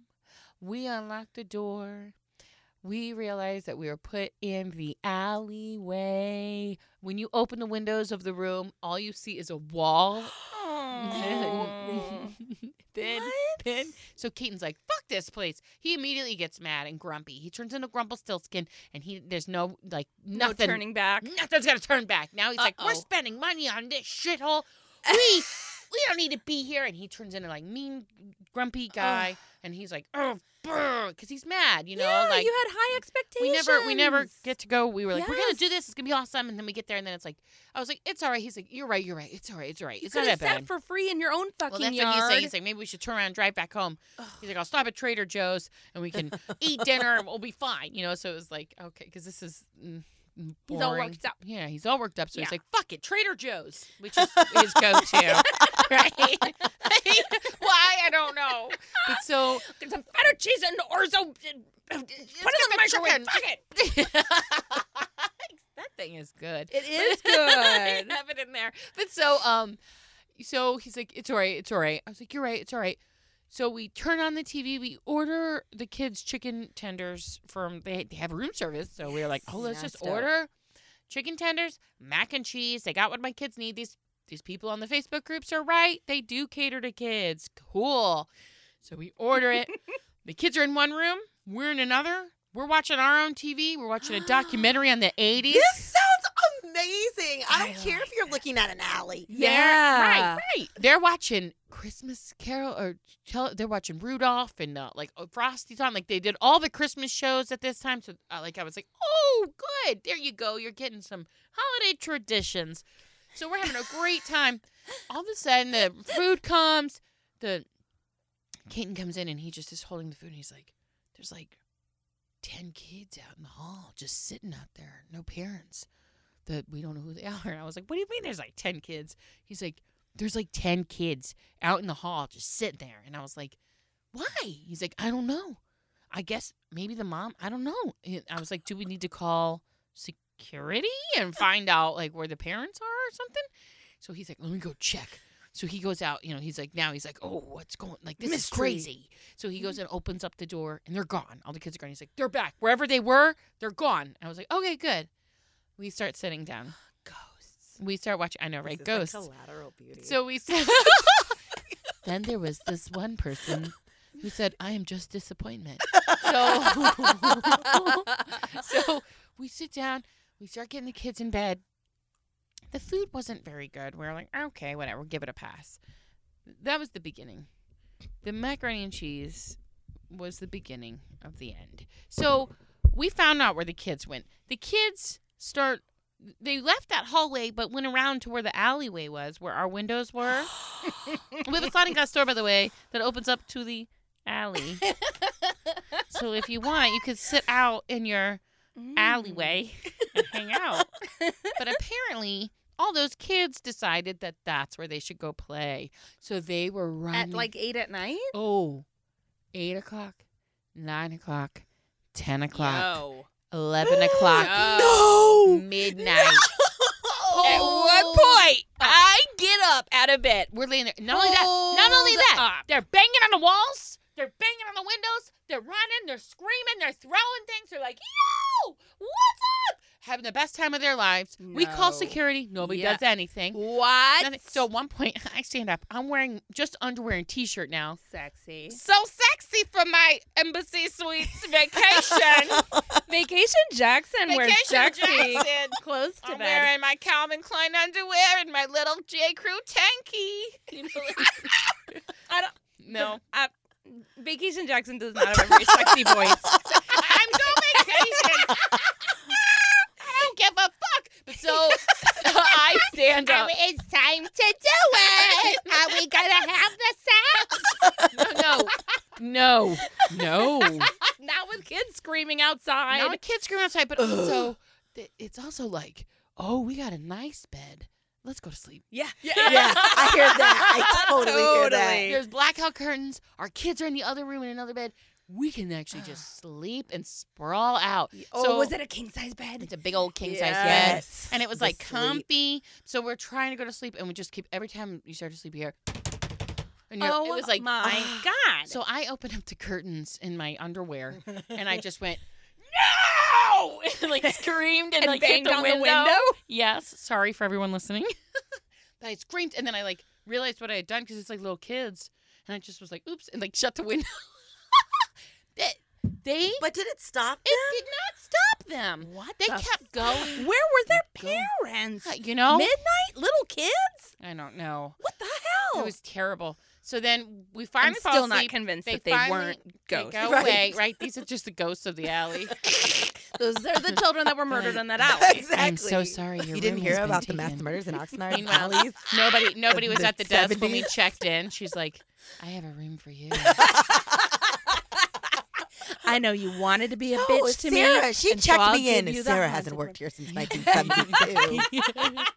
[SPEAKER 3] We unlock the door. We realize that we were put in the alleyway. When you open the windows of the room, all you see is a wall.
[SPEAKER 2] Aw.
[SPEAKER 3] then, then,
[SPEAKER 2] What?
[SPEAKER 3] then- so Keaton's like, "Fuck this place." He immediately gets mad and grumpy. He turns into Grumble Stiltskin, and he there's no like nothing. Mm,
[SPEAKER 2] No turning back.
[SPEAKER 3] Nothing's gonna turn back. Now he's like, "We're
[SPEAKER 2] Uh-oh.
[SPEAKER 3] spending money on this shithole. We we don't need to be here." And he turns into like mean, grumpy guy, and he's like, "Oh, because he's mad, you know,
[SPEAKER 2] yeah,
[SPEAKER 3] like."
[SPEAKER 2] you had high
[SPEAKER 3] we
[SPEAKER 2] expectations.
[SPEAKER 3] never we never get to go. We were like, we're gonna do
[SPEAKER 2] Yes.
[SPEAKER 3] this. It's gonna be awesome. And then we get there, and then it's like, I was like, it's all right. He's like, you're right. You're right. It's all right. It's all right.
[SPEAKER 2] You
[SPEAKER 3] it's not
[SPEAKER 2] could have
[SPEAKER 3] that bad.
[SPEAKER 2] sat for free in your own fucking
[SPEAKER 3] Well, that's
[SPEAKER 2] yard.
[SPEAKER 3] what he's saying. He's like, maybe we should turn around and drive back home. He's like, I'll stop at Trader Joe's and we can eat dinner and we'll be fine. You know, so it was like, okay, because this is. Mm, mm,
[SPEAKER 2] He's all
[SPEAKER 3] boring.
[SPEAKER 2] worked up.
[SPEAKER 3] Yeah, he's all worked up. So he's
[SPEAKER 2] Yeah.
[SPEAKER 3] like, fuck it, Trader Joe's, which is his go to. right? Why? I don't know. But so
[SPEAKER 2] Get some feta cheese and orzo. Put it in the
[SPEAKER 3] get
[SPEAKER 2] microwave.
[SPEAKER 3] chicken.
[SPEAKER 2] Fuck it.
[SPEAKER 3] that thing is good.
[SPEAKER 2] It is
[SPEAKER 3] I
[SPEAKER 2] good.
[SPEAKER 3] have it in there. But so um so he's like, It's all right, it's all right. I was like, You're right, it's all right. So we turn on the TV, we order the kids chicken tenders from they they have room service. So we were like,
[SPEAKER 4] Yes.
[SPEAKER 3] Oh, let's just
[SPEAKER 4] That's dope.
[SPEAKER 3] order chicken tenders, mac and cheese. They got what my kids need. These these people on the Facebook groups are right. They do cater to kids. Cool. So we order it. the kids are in one room, we're in another. We're watching our own TV. We're watching a documentary on the 80s.
[SPEAKER 4] This sounds amazing. I don't
[SPEAKER 3] I
[SPEAKER 4] care if you're looking at an alley.
[SPEAKER 3] They're-
[SPEAKER 2] Yeah.
[SPEAKER 3] right, right. They're watching Christmas Carol or tell, they're watching Rudolph and uh, like uh, Frosty's on. Like they did all the Christmas shows at this time. So uh, like I was like, oh, good. There you go. You're getting some holiday traditions. So we're having a great time. All of a sudden, the food comes. The Keaton comes in and he just is holding the food and he's like, there's like 10 kids out in the hall just sitting out there, no parents. That we don't know who they are. And I was like, what do you mean there's like 10 kids? He's like, there's like 10 kids out in the hall just sitting there. And I was like, why? He's like, I don't know. I guess maybe the mom, I don't know. And I was like, do we need to call security and find out like where the parents are or something? So he's like, let me go check. So he goes out, you know, he's like, now he's like, oh, what's going Like, this is
[SPEAKER 4] Mystery. Mm.
[SPEAKER 3] crazy. So he goes and opens up the door and they're gone. All the kids are gone. He's like, they're back. Wherever they were, they're gone. I was like, okay, good. We start sitting down.
[SPEAKER 2] Ghosts.
[SPEAKER 3] We start watching. I know,
[SPEAKER 4] This
[SPEAKER 3] right?
[SPEAKER 4] is
[SPEAKER 3] Ghosts.
[SPEAKER 4] Like collateral beauty.
[SPEAKER 3] So we said. then there was this one person who said, "I am just disappointment." So, so we sit down. We start getting the kids in bed. The food wasn't very good. We are like, okay, whatever, we'll give it a pass. That was the beginning. The macaroni and cheese was the beginning of the end. So we found out where the kids went. The kids start they left that hallway but went around to where the alleyway was where our windows were we have a sliding glass door by the way that opens up to the alley so if you want you could sit out in your
[SPEAKER 2] Mm.
[SPEAKER 3] alleyway
[SPEAKER 2] Mm-hmm.
[SPEAKER 3] and hang out but apparently all those kids decided that that's where they should go play so they were running
[SPEAKER 2] At like eight at night.
[SPEAKER 3] oh eight o'clock nine o'clock ten o'clock 11 o'clock
[SPEAKER 2] Yo.
[SPEAKER 4] no.
[SPEAKER 3] midnight
[SPEAKER 4] No!
[SPEAKER 2] At what
[SPEAKER 3] out of bed. We're laying there. Not only that, not only
[SPEAKER 2] Hold
[SPEAKER 3] that,
[SPEAKER 2] up.
[SPEAKER 3] they're banging on the walls. They're banging on the windows. They're running. They're screaming. They're throwing things. They're like, yo, what's up? Having the best time of their lives. We call
[SPEAKER 2] No.
[SPEAKER 3] security. Nobody
[SPEAKER 2] Yeah.
[SPEAKER 3] does anything.
[SPEAKER 2] What?
[SPEAKER 3] Nothing. So at one point, I stand up. I'm wearing just underwear and t-shirt now.
[SPEAKER 2] sexy.
[SPEAKER 3] So sexy for my embassy suites vacation.
[SPEAKER 2] Vacation Jackson wears
[SPEAKER 3] vacation
[SPEAKER 2] sexy
[SPEAKER 3] Jackson.
[SPEAKER 2] clothes to
[SPEAKER 3] I'm
[SPEAKER 2] bed.
[SPEAKER 3] wearing my Calvin Klein underwear and my little J. Crew tanky. You know, like-
[SPEAKER 2] I don't-
[SPEAKER 3] No,
[SPEAKER 2] I- Vacation Jackson does not have a very sexy voice.
[SPEAKER 3] I'm so vacation. I don't give a fuck. But so I stand up.
[SPEAKER 1] It's time to do it. Are we gonna have the sex?
[SPEAKER 3] No, no, no, no.
[SPEAKER 2] not with kids screaming outside.
[SPEAKER 3] Not a kid screaming outside, but also th- it's also like, oh, we got a nice bed. Let's go to sleep.
[SPEAKER 2] yeah.
[SPEAKER 4] Yeah, I hear that. I totally, hear that.
[SPEAKER 2] Totally.
[SPEAKER 3] There's blackout curtains. Our kids are in the other room in another bed. We can actually just sleep and sprawl out.
[SPEAKER 2] Oh,
[SPEAKER 3] So-
[SPEAKER 2] was it a king size bed?
[SPEAKER 3] It's a big old king size bed.
[SPEAKER 4] Yes.
[SPEAKER 3] And it was
[SPEAKER 4] The
[SPEAKER 3] like
[SPEAKER 4] sleep.
[SPEAKER 3] comfy. So we're trying to go to sleep and we just keep every time you start to sleep here. And you're, it was like
[SPEAKER 2] Oh,
[SPEAKER 3] oh.
[SPEAKER 2] my
[SPEAKER 4] ah.
[SPEAKER 2] god.
[SPEAKER 3] so I opened up the curtains in my underwear and I just went
[SPEAKER 2] no.
[SPEAKER 3] and like screamed and,
[SPEAKER 2] And
[SPEAKER 3] like hit
[SPEAKER 2] banged
[SPEAKER 3] the
[SPEAKER 2] on
[SPEAKER 3] window.
[SPEAKER 2] the window.
[SPEAKER 3] Yes. Sorry for everyone listening. but I screamed and then I like realized what I had done because it's like little kids. And I just was like, oops, and like shut the window. they, they
[SPEAKER 4] But did it stop?
[SPEAKER 3] it did not stop them.
[SPEAKER 2] What?
[SPEAKER 3] They kept going.
[SPEAKER 2] Where were their
[SPEAKER 3] Go. Uh,
[SPEAKER 2] parents?
[SPEAKER 3] You know?
[SPEAKER 2] Midnight? Little kids?
[SPEAKER 3] I don't know.
[SPEAKER 2] What the hell?
[SPEAKER 3] It was terrible. So then we
[SPEAKER 2] I'm
[SPEAKER 3] finally fall
[SPEAKER 2] still not
[SPEAKER 3] asleep.
[SPEAKER 2] convinced
[SPEAKER 3] They
[SPEAKER 2] that they
[SPEAKER 3] finally-
[SPEAKER 2] weren't
[SPEAKER 3] They
[SPEAKER 2] ghosts.
[SPEAKER 3] Go
[SPEAKER 4] Right.
[SPEAKER 3] away, right? These are just the ghosts of the alley.
[SPEAKER 2] Those are the children that were murdered in that alley.
[SPEAKER 4] Exactly.
[SPEAKER 3] I'm so sorry. Your
[SPEAKER 4] You didn't
[SPEAKER 3] room
[SPEAKER 4] hear
[SPEAKER 3] has been
[SPEAKER 4] about the
[SPEAKER 3] taken.
[SPEAKER 4] mass murders in Oxnard and
[SPEAKER 3] Meanwhile-
[SPEAKER 4] alleys?
[SPEAKER 3] Nobody, nobody was
[SPEAKER 4] the
[SPEAKER 3] at the desk when we checked in. She's like, "I have a room for you."
[SPEAKER 2] I know you wanted to be a
[SPEAKER 4] No,
[SPEAKER 2] bitch to
[SPEAKER 4] Sarah,
[SPEAKER 2] me.
[SPEAKER 4] she
[SPEAKER 2] and so
[SPEAKER 4] checked
[SPEAKER 2] I'll
[SPEAKER 4] me in.
[SPEAKER 2] give you the
[SPEAKER 4] Sarah hasn't worked here since 1972.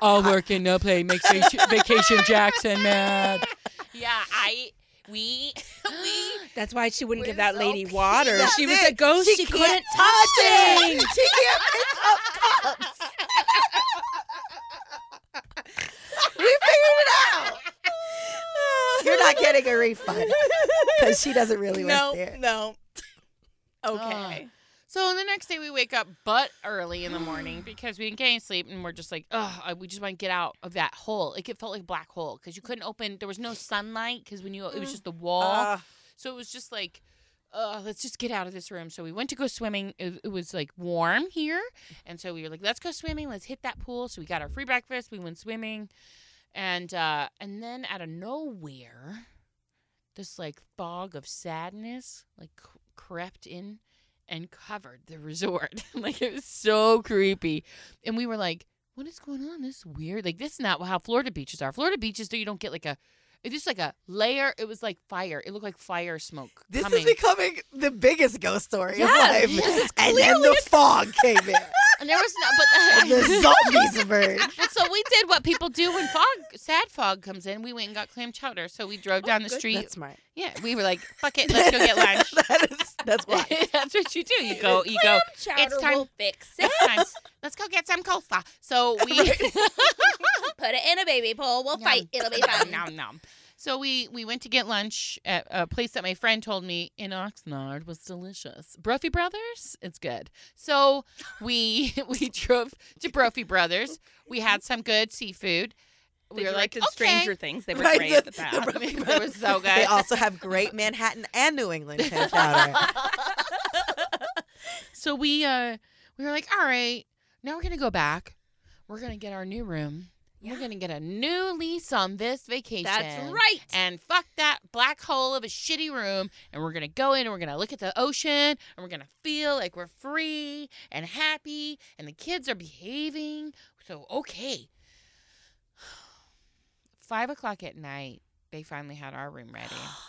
[SPEAKER 3] All work and no play makes vacation Jackson mad. Yeah, I we we
[SPEAKER 2] That's why she wouldn't give
[SPEAKER 3] Where's
[SPEAKER 2] that lady
[SPEAKER 3] OP?
[SPEAKER 2] water.
[SPEAKER 4] That's
[SPEAKER 2] she was
[SPEAKER 4] it.
[SPEAKER 2] a ghost. She,
[SPEAKER 4] can't
[SPEAKER 2] couldn't
[SPEAKER 4] touch
[SPEAKER 2] touch
[SPEAKER 4] it.
[SPEAKER 2] things.
[SPEAKER 4] She can't pick up cups. we figured it out. You're not getting a refund because she doesn't really
[SPEAKER 2] no,
[SPEAKER 4] work there.
[SPEAKER 2] no. Okay.
[SPEAKER 3] So the next day we wake up but early in the morning because we didn't get any sleep and we're just like, oh, we just want to get out of that hole. Like it felt like a black hole because you couldn't open. There was no sunlight because when you it was just the wall.
[SPEAKER 4] Uh,
[SPEAKER 3] so it was just like, uh, let's just get out of this room. So we went to go swimming. It, it was like warm here, and so we were like, let's go swimming. Let's hit that pool. So we got our free breakfast. We went swimming, and uh, and then out of nowhere, this like fog of sadness like c- crept in and covered the resort. like it was so creepy, and we were like. What is going on? This is weird. Like this is not how Florida beaches are. Florida beaches, though, you don't get like a. It's just like a layer. It was like fire. It looked like fire smoke.
[SPEAKER 4] this
[SPEAKER 3] coming.
[SPEAKER 4] is becoming the biggest ghost story of life.
[SPEAKER 3] this is
[SPEAKER 4] and then the fog came in.
[SPEAKER 3] And there was not,
[SPEAKER 4] And the
[SPEAKER 3] but
[SPEAKER 4] zombies emerged.
[SPEAKER 3] Well, so we did what people do when fog, sad fog comes in. We went and got clam chowder. So we
[SPEAKER 4] Oh,
[SPEAKER 3] drove down the
[SPEAKER 2] good.
[SPEAKER 3] street.
[SPEAKER 4] That's smart.
[SPEAKER 3] yeah, we were like, "Fuck it, let's go get lunch."
[SPEAKER 4] that is, that's why.
[SPEAKER 3] That's what you do. You go. You go.
[SPEAKER 1] Chowder
[SPEAKER 3] time-
[SPEAKER 1] will fix it.
[SPEAKER 3] It's time. Let's go get some kofa. So we.
[SPEAKER 1] Put it in a baby pole. We'll
[SPEAKER 3] Yum.
[SPEAKER 1] fight. It'll be fun.
[SPEAKER 3] Nom, nom, nom. So we we went to get lunch at a place that my friend told me in Oxnard was delicious. Brophy Brothers, it's good. So we we drove to Brophy Brothers. We had some good seafood.
[SPEAKER 2] They
[SPEAKER 3] We were like,
[SPEAKER 2] directed
[SPEAKER 3] okay.
[SPEAKER 2] Stranger Things. They were
[SPEAKER 4] Right,
[SPEAKER 2] great
[SPEAKER 4] the-
[SPEAKER 2] at the
[SPEAKER 4] the
[SPEAKER 2] bath.
[SPEAKER 4] bro-
[SPEAKER 3] It was so
[SPEAKER 4] They
[SPEAKER 3] good.
[SPEAKER 4] also have great Manhattan and New England clam chowder.
[SPEAKER 3] so we uh we were like, all right, now we're gonna go back. We're gonna get our new room. We're gonna get a new lease on this vacation.
[SPEAKER 2] That's right.
[SPEAKER 3] and fuck that black hole of a shitty room and we're gonna go in and we're gonna look at the ocean and we're gonna feel like we're free and happy and the kids are behaving so okay five o'clock at night they finally had our room ready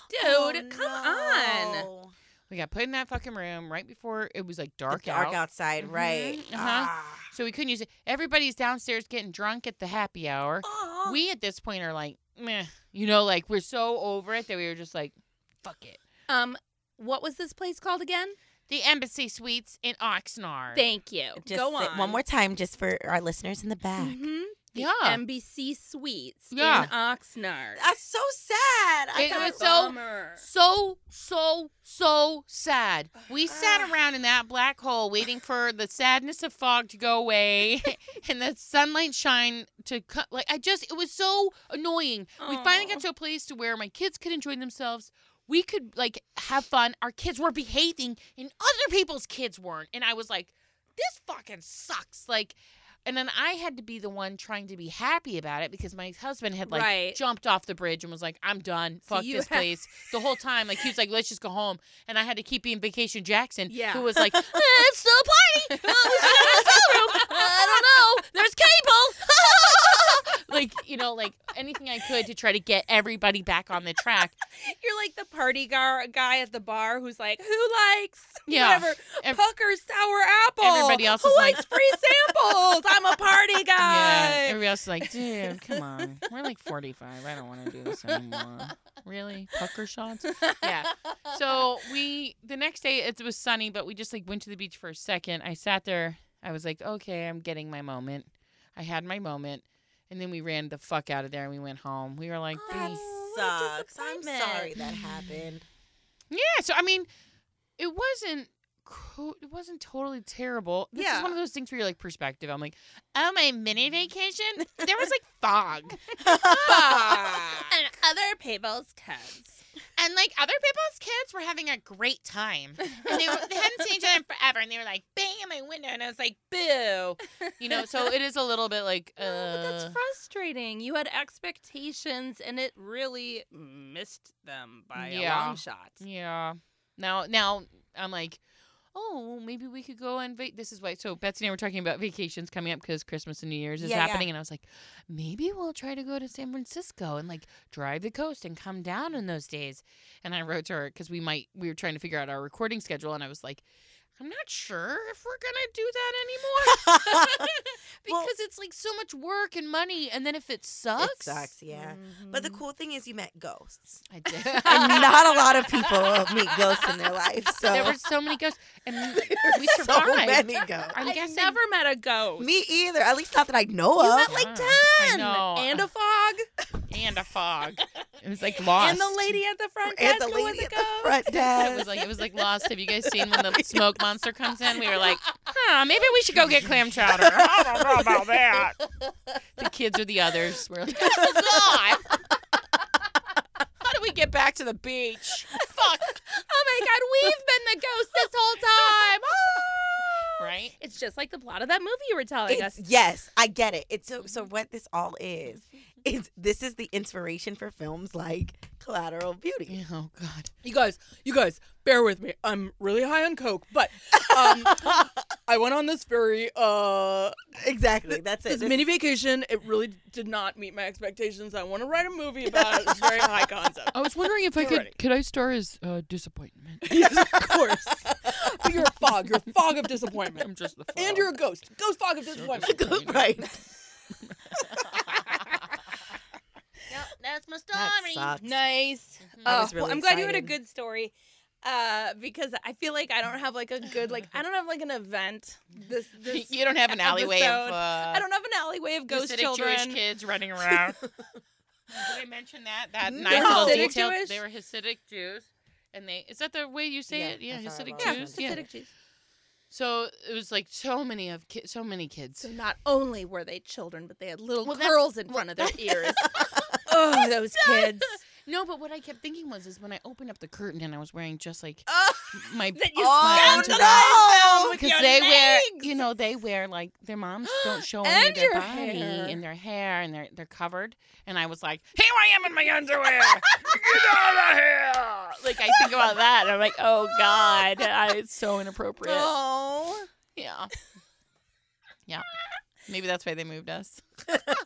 [SPEAKER 2] Dude,
[SPEAKER 4] Oh,
[SPEAKER 2] come on.
[SPEAKER 4] on.
[SPEAKER 3] we got put in that fucking room right before it was like dark,
[SPEAKER 4] dark
[SPEAKER 3] out.
[SPEAKER 4] outside,
[SPEAKER 3] Mhm,
[SPEAKER 4] right?
[SPEAKER 3] uh-huh.
[SPEAKER 4] Ah.
[SPEAKER 3] so we couldn't use it everybody's downstairs getting drunk at the happy hour
[SPEAKER 4] Ah.
[SPEAKER 3] we at this point are like meh you know like we're so over it that we were just like fuck it
[SPEAKER 2] Um, what was this place called again?
[SPEAKER 3] The Embassy Suites in Oxnard.
[SPEAKER 2] Thank you.
[SPEAKER 4] Just
[SPEAKER 2] Go
[SPEAKER 4] say-
[SPEAKER 2] on.
[SPEAKER 4] One more time, just for our listeners in the back.
[SPEAKER 2] Mhm. the
[SPEAKER 3] Yeah.
[SPEAKER 2] NBC Suites
[SPEAKER 3] Yeah.
[SPEAKER 2] in Oxnard.
[SPEAKER 4] That's so sad. I
[SPEAKER 3] It
[SPEAKER 4] thought-
[SPEAKER 3] was so-
[SPEAKER 2] Bummer.
[SPEAKER 3] So, so, so sad. We sat around in that black hole waiting for the sadness of fog to go away and the sunlight shine to cut. Like, I just, it was so annoying. We finally got
[SPEAKER 2] Aw.
[SPEAKER 3] to a place to where my kids could enjoy themselves. We could, like, have fun. Our kids were behaving and other people's kids weren't. And I was like, this fucking sucks. Like, and then I had to be the one trying to be happy about it because my husband had, like,
[SPEAKER 2] right.
[SPEAKER 3] jumped off the bridge and was like, "I'm done.
[SPEAKER 2] So
[SPEAKER 3] Fuck
[SPEAKER 2] you
[SPEAKER 3] this
[SPEAKER 2] have-
[SPEAKER 3] place." The whole time, like he was like, "Let's just go home," and I had to keep being Vacation Jackson,
[SPEAKER 2] Yeah.
[SPEAKER 3] who was like, "Eh, "It's still a party. Uh, we should go to the hotel room. Uh, I don't know. There's cable." like you know, like anything I could to try to get everybody back on the track.
[SPEAKER 2] You're like the party gar- guy at the bar who's like, who likes
[SPEAKER 3] Yeah.
[SPEAKER 2] whatever
[SPEAKER 3] Ev-
[SPEAKER 2] pucker sour apple?
[SPEAKER 3] Everybody else
[SPEAKER 2] who
[SPEAKER 3] is like-
[SPEAKER 2] likes free samples. I'm a party
[SPEAKER 3] Yeah,
[SPEAKER 2] guy.
[SPEAKER 3] everybody else is like, dude, come on. We're like 45. I don't want to do this anymore. Really? Pucker shots? Yeah. So we, the next day, it was sunny, but we just like went to the beach for a second. I sat there. I was like, okay, I'm getting my moment. I had my moment. And then we ran the fuck out of there and we went home. We were like,
[SPEAKER 2] Aw.
[SPEAKER 3] "These-
[SPEAKER 2] What a
[SPEAKER 4] Sucks. I'm
[SPEAKER 2] disappointment.
[SPEAKER 4] sorry that happened.
[SPEAKER 3] yeah. So, I mean, it wasn't. co- It wasn't totally terrible. This
[SPEAKER 2] Yeah.
[SPEAKER 3] is one of those things where you're like perspective. I'm like, oh my mini vacation. There was like fog.
[SPEAKER 2] and other people's kids.
[SPEAKER 3] And like other people's kids were having a great time. And they, were, they hadn't seen each other in forever. And they were like, bang in my window. And I was like, boo. You know, so it is a little bit like, uh,
[SPEAKER 2] No, but that's frustrating. You had expectations, and it really missed them by a
[SPEAKER 3] Yeah.
[SPEAKER 2] long shot.
[SPEAKER 3] yeah. Now, now I'm like, oh, well, maybe we could go on va- This is why. So Betsy and I were talking about vacations coming up because Christmas and New Year's is
[SPEAKER 4] Yeah, yeah.
[SPEAKER 3] happening. And I was like, maybe we'll try to go to San Francisco and like drive the coast and come down in those days. And I wrote to her because we might, we were trying to figure out our recording schedule. And I was like, I'm not sure if we're going to do that anymore. because
[SPEAKER 4] Well-
[SPEAKER 3] it's like so much work and money, and then if it sucks,
[SPEAKER 4] it sucks, yeah. But the
[SPEAKER 2] Mhm.
[SPEAKER 4] cool thing is you met ghosts.
[SPEAKER 3] I did.
[SPEAKER 4] And not a lot of people meet ghosts in their life. So
[SPEAKER 3] there were so many ghosts, and we- we
[SPEAKER 4] There's So
[SPEAKER 3] survived.
[SPEAKER 4] many ghosts.
[SPEAKER 3] I'm
[SPEAKER 2] I've
[SPEAKER 3] guessing
[SPEAKER 2] never met a ghost. Uh-huh.
[SPEAKER 4] Me either. At least not that I know
[SPEAKER 2] You
[SPEAKER 4] of.
[SPEAKER 2] met like
[SPEAKER 3] Yeah, I
[SPEAKER 2] ten,
[SPEAKER 3] know.
[SPEAKER 2] and a fog,
[SPEAKER 3] and a fog. It was like lost.
[SPEAKER 2] and the lady at the front desk
[SPEAKER 4] and the
[SPEAKER 2] who
[SPEAKER 4] lady
[SPEAKER 2] was a
[SPEAKER 4] at the
[SPEAKER 2] ghost.
[SPEAKER 4] front
[SPEAKER 3] It
[SPEAKER 4] desk.
[SPEAKER 3] was like it was like lost. Have you guys seen when the smoke monster comes in? We were like, huh, maybe we should go get clam chowder. I don't know about that. The kids or the others were like, oh god. How do we get back to the beach? Fuck.
[SPEAKER 2] Oh my god, we've been the ghost this whole time. Ah!
[SPEAKER 3] Right?
[SPEAKER 2] It's just like the plot of that movie you were telling
[SPEAKER 4] It's-
[SPEAKER 2] us.
[SPEAKER 4] yes, I get it. It's
[SPEAKER 2] Mm-hmm.
[SPEAKER 4] so so what this all is is this is the inspiration for films like Collateral Beauty.
[SPEAKER 3] Oh god.
[SPEAKER 1] You guys, you guys, bear with me. I'm really high on coke, but um, I went on this very uh,
[SPEAKER 4] Exactly. That's it.
[SPEAKER 1] this
[SPEAKER 4] This
[SPEAKER 1] mini
[SPEAKER 4] is-
[SPEAKER 1] vacation. It really did not meet my expectations. I want to write a movie about it. It's very high concept.
[SPEAKER 5] I was wondering if I
[SPEAKER 1] You're
[SPEAKER 5] could
[SPEAKER 1] ready.
[SPEAKER 5] could I star as uh, disappointment.
[SPEAKER 1] yes, of course. But you're a fog. You're a fog of disappointment.
[SPEAKER 3] I'm just the
[SPEAKER 1] And you're a ghost. Ghost fog of disappointment.
[SPEAKER 4] right.
[SPEAKER 3] that's my
[SPEAKER 4] That sucks.
[SPEAKER 2] Nice.
[SPEAKER 4] I
[SPEAKER 2] Oh,
[SPEAKER 4] was
[SPEAKER 2] well,
[SPEAKER 4] really
[SPEAKER 2] I'm glad you had a
[SPEAKER 4] excited.
[SPEAKER 2] good story. Uh, because I feel like I don't have like a good like I don't have like an event. This, this
[SPEAKER 3] You don't have an alleyway of
[SPEAKER 2] episode.
[SPEAKER 3] uh,
[SPEAKER 2] I don't have an alleyway of ghost
[SPEAKER 3] Hasidic
[SPEAKER 2] children.
[SPEAKER 3] Jewish kids running around. Did I mention that? That
[SPEAKER 4] No.
[SPEAKER 3] nice little
[SPEAKER 2] Mm-hmm. Hasidic
[SPEAKER 3] detail.
[SPEAKER 2] Jewish?
[SPEAKER 3] They were Hasidic Jews, and they is that the way you say
[SPEAKER 4] Yeah,
[SPEAKER 3] it? Yeah,
[SPEAKER 4] that's how
[SPEAKER 3] Hasidic
[SPEAKER 4] I've always
[SPEAKER 3] Jews.
[SPEAKER 4] mentioned
[SPEAKER 3] Yeah.
[SPEAKER 4] it.
[SPEAKER 2] Hasidic Jews.
[SPEAKER 3] So it was like so many of ki- so many kids.
[SPEAKER 2] So not only were they children, but they had little
[SPEAKER 3] Well, that's-
[SPEAKER 2] curls in front of their ears. oh, those kids.
[SPEAKER 3] No, but what I kept thinking was is when I opened up the curtain and I was wearing just like
[SPEAKER 2] Oh,
[SPEAKER 3] my
[SPEAKER 2] that you
[SPEAKER 3] Oh,
[SPEAKER 2] scandalized them with
[SPEAKER 3] because
[SPEAKER 2] your
[SPEAKER 3] they wear
[SPEAKER 2] legs.
[SPEAKER 3] you know they wear like their moms don't show any
[SPEAKER 2] And
[SPEAKER 3] of their
[SPEAKER 2] your
[SPEAKER 3] body
[SPEAKER 2] hair.
[SPEAKER 3] and their hair and they're they're covered and I was like here I am in my underwear like I think about that and I'm like oh god I, it's so inappropriate
[SPEAKER 2] Oh.
[SPEAKER 3] yeah yeah maybe that's why they moved us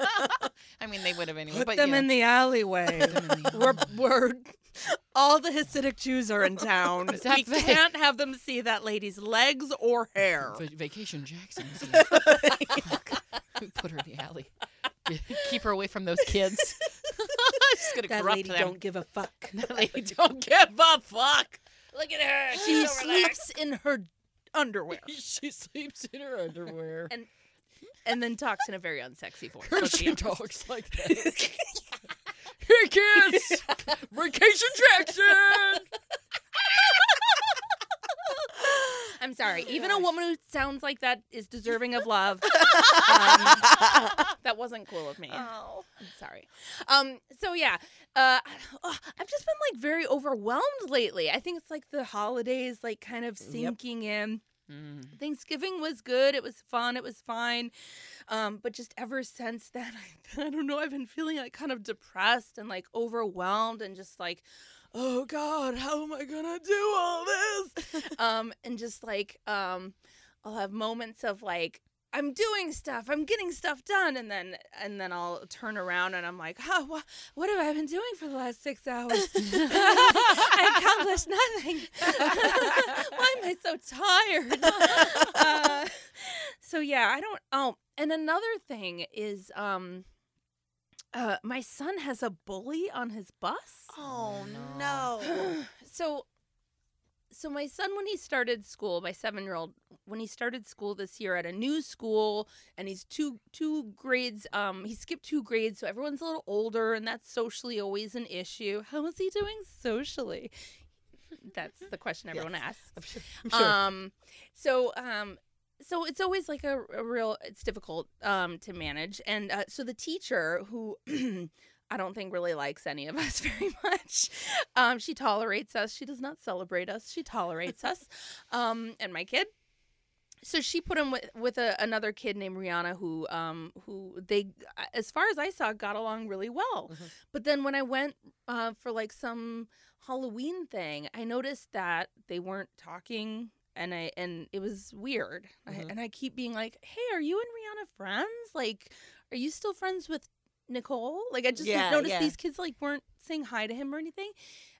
[SPEAKER 3] I mean they would have anyway
[SPEAKER 1] Put
[SPEAKER 3] but
[SPEAKER 1] them
[SPEAKER 3] you know.
[SPEAKER 1] in the alleyway. we're, we're all the Hasidic Jews are in town.
[SPEAKER 3] Is that
[SPEAKER 1] we
[SPEAKER 3] right?
[SPEAKER 1] can't have them see that lady's legs or hair.
[SPEAKER 5] Va- vacation Jackson. isn't it? Fuck. We put her in the alley.
[SPEAKER 3] keep her away from those kids just gonna
[SPEAKER 1] That
[SPEAKER 3] corrupt
[SPEAKER 1] lady
[SPEAKER 3] them
[SPEAKER 1] don't give a fuck.
[SPEAKER 3] that lady don't give a fuck look at her
[SPEAKER 1] She sleeps in her underwear.
[SPEAKER 5] she sleeps in her underwear.
[SPEAKER 2] and then talks in a very unsexy voice. let's be
[SPEAKER 1] she
[SPEAKER 2] honest.
[SPEAKER 1] talks like that. Hey kids, vacation Jackson.
[SPEAKER 2] I'm sorry. Even a woman who sounds like that is deserving of love. um, that wasn't cool of me.
[SPEAKER 3] Uh.
[SPEAKER 5] Oh.
[SPEAKER 2] I'm sorry. Um, so yeah, uh, oh, I've just been like very overwhelmed lately. I think it's like the holidays, like kind of sinking in.
[SPEAKER 3] Mm.
[SPEAKER 2] Thanksgiving was good. It was fun. It was fine. Um, but just ever since then, I, I don't know. I've been feeling like kind of depressed and like overwhelmed and just like, oh God, how am I gonna do all this? um, and just like, um, I'll have moments of like, I'm doing stuff. I'm getting stuff done, and then and then I'll turn around and I'm like, oh, wha- what have I been doing for the last six hours? I accomplished nothing. Why am I so tired? Uh, so yeah, I don't. Oh, and another thing is, um, uh, my son has a bully on his bus
[SPEAKER 4] Oh
[SPEAKER 5] no.
[SPEAKER 4] no.
[SPEAKER 2] so so my son when he started school my seven year old when he started school this year at a new school and he's two two grades um he skipped two grades so everyone's a little older and that's socially always an issue how is he doing socially that's the question everyone asks
[SPEAKER 4] I'm sure. I'm sure.
[SPEAKER 2] um, so um, so it's always like a, a real. It's difficult um to manage, and uh, so the teacher who. I don't think really likes any of us very much. Um, she tolerates us. She does not celebrate us. She tolerates us, um, and my kid. So she put him with with a, another kid named Rihanna, who um, who they, as far as I saw, got along really well.
[SPEAKER 4] Mhm.
[SPEAKER 2] But then when I went uh, for like some Halloween thing, I noticed that they weren't talking and I and it was weird. I,
[SPEAKER 4] Mhm.
[SPEAKER 2] and I keep being like, "Hey, are you and Rihanna friends? Like, are you still friends with Nicole?" Like I just
[SPEAKER 4] Yeah,
[SPEAKER 2] noticed
[SPEAKER 4] yeah.
[SPEAKER 2] these kids like weren't saying hi to him or anything.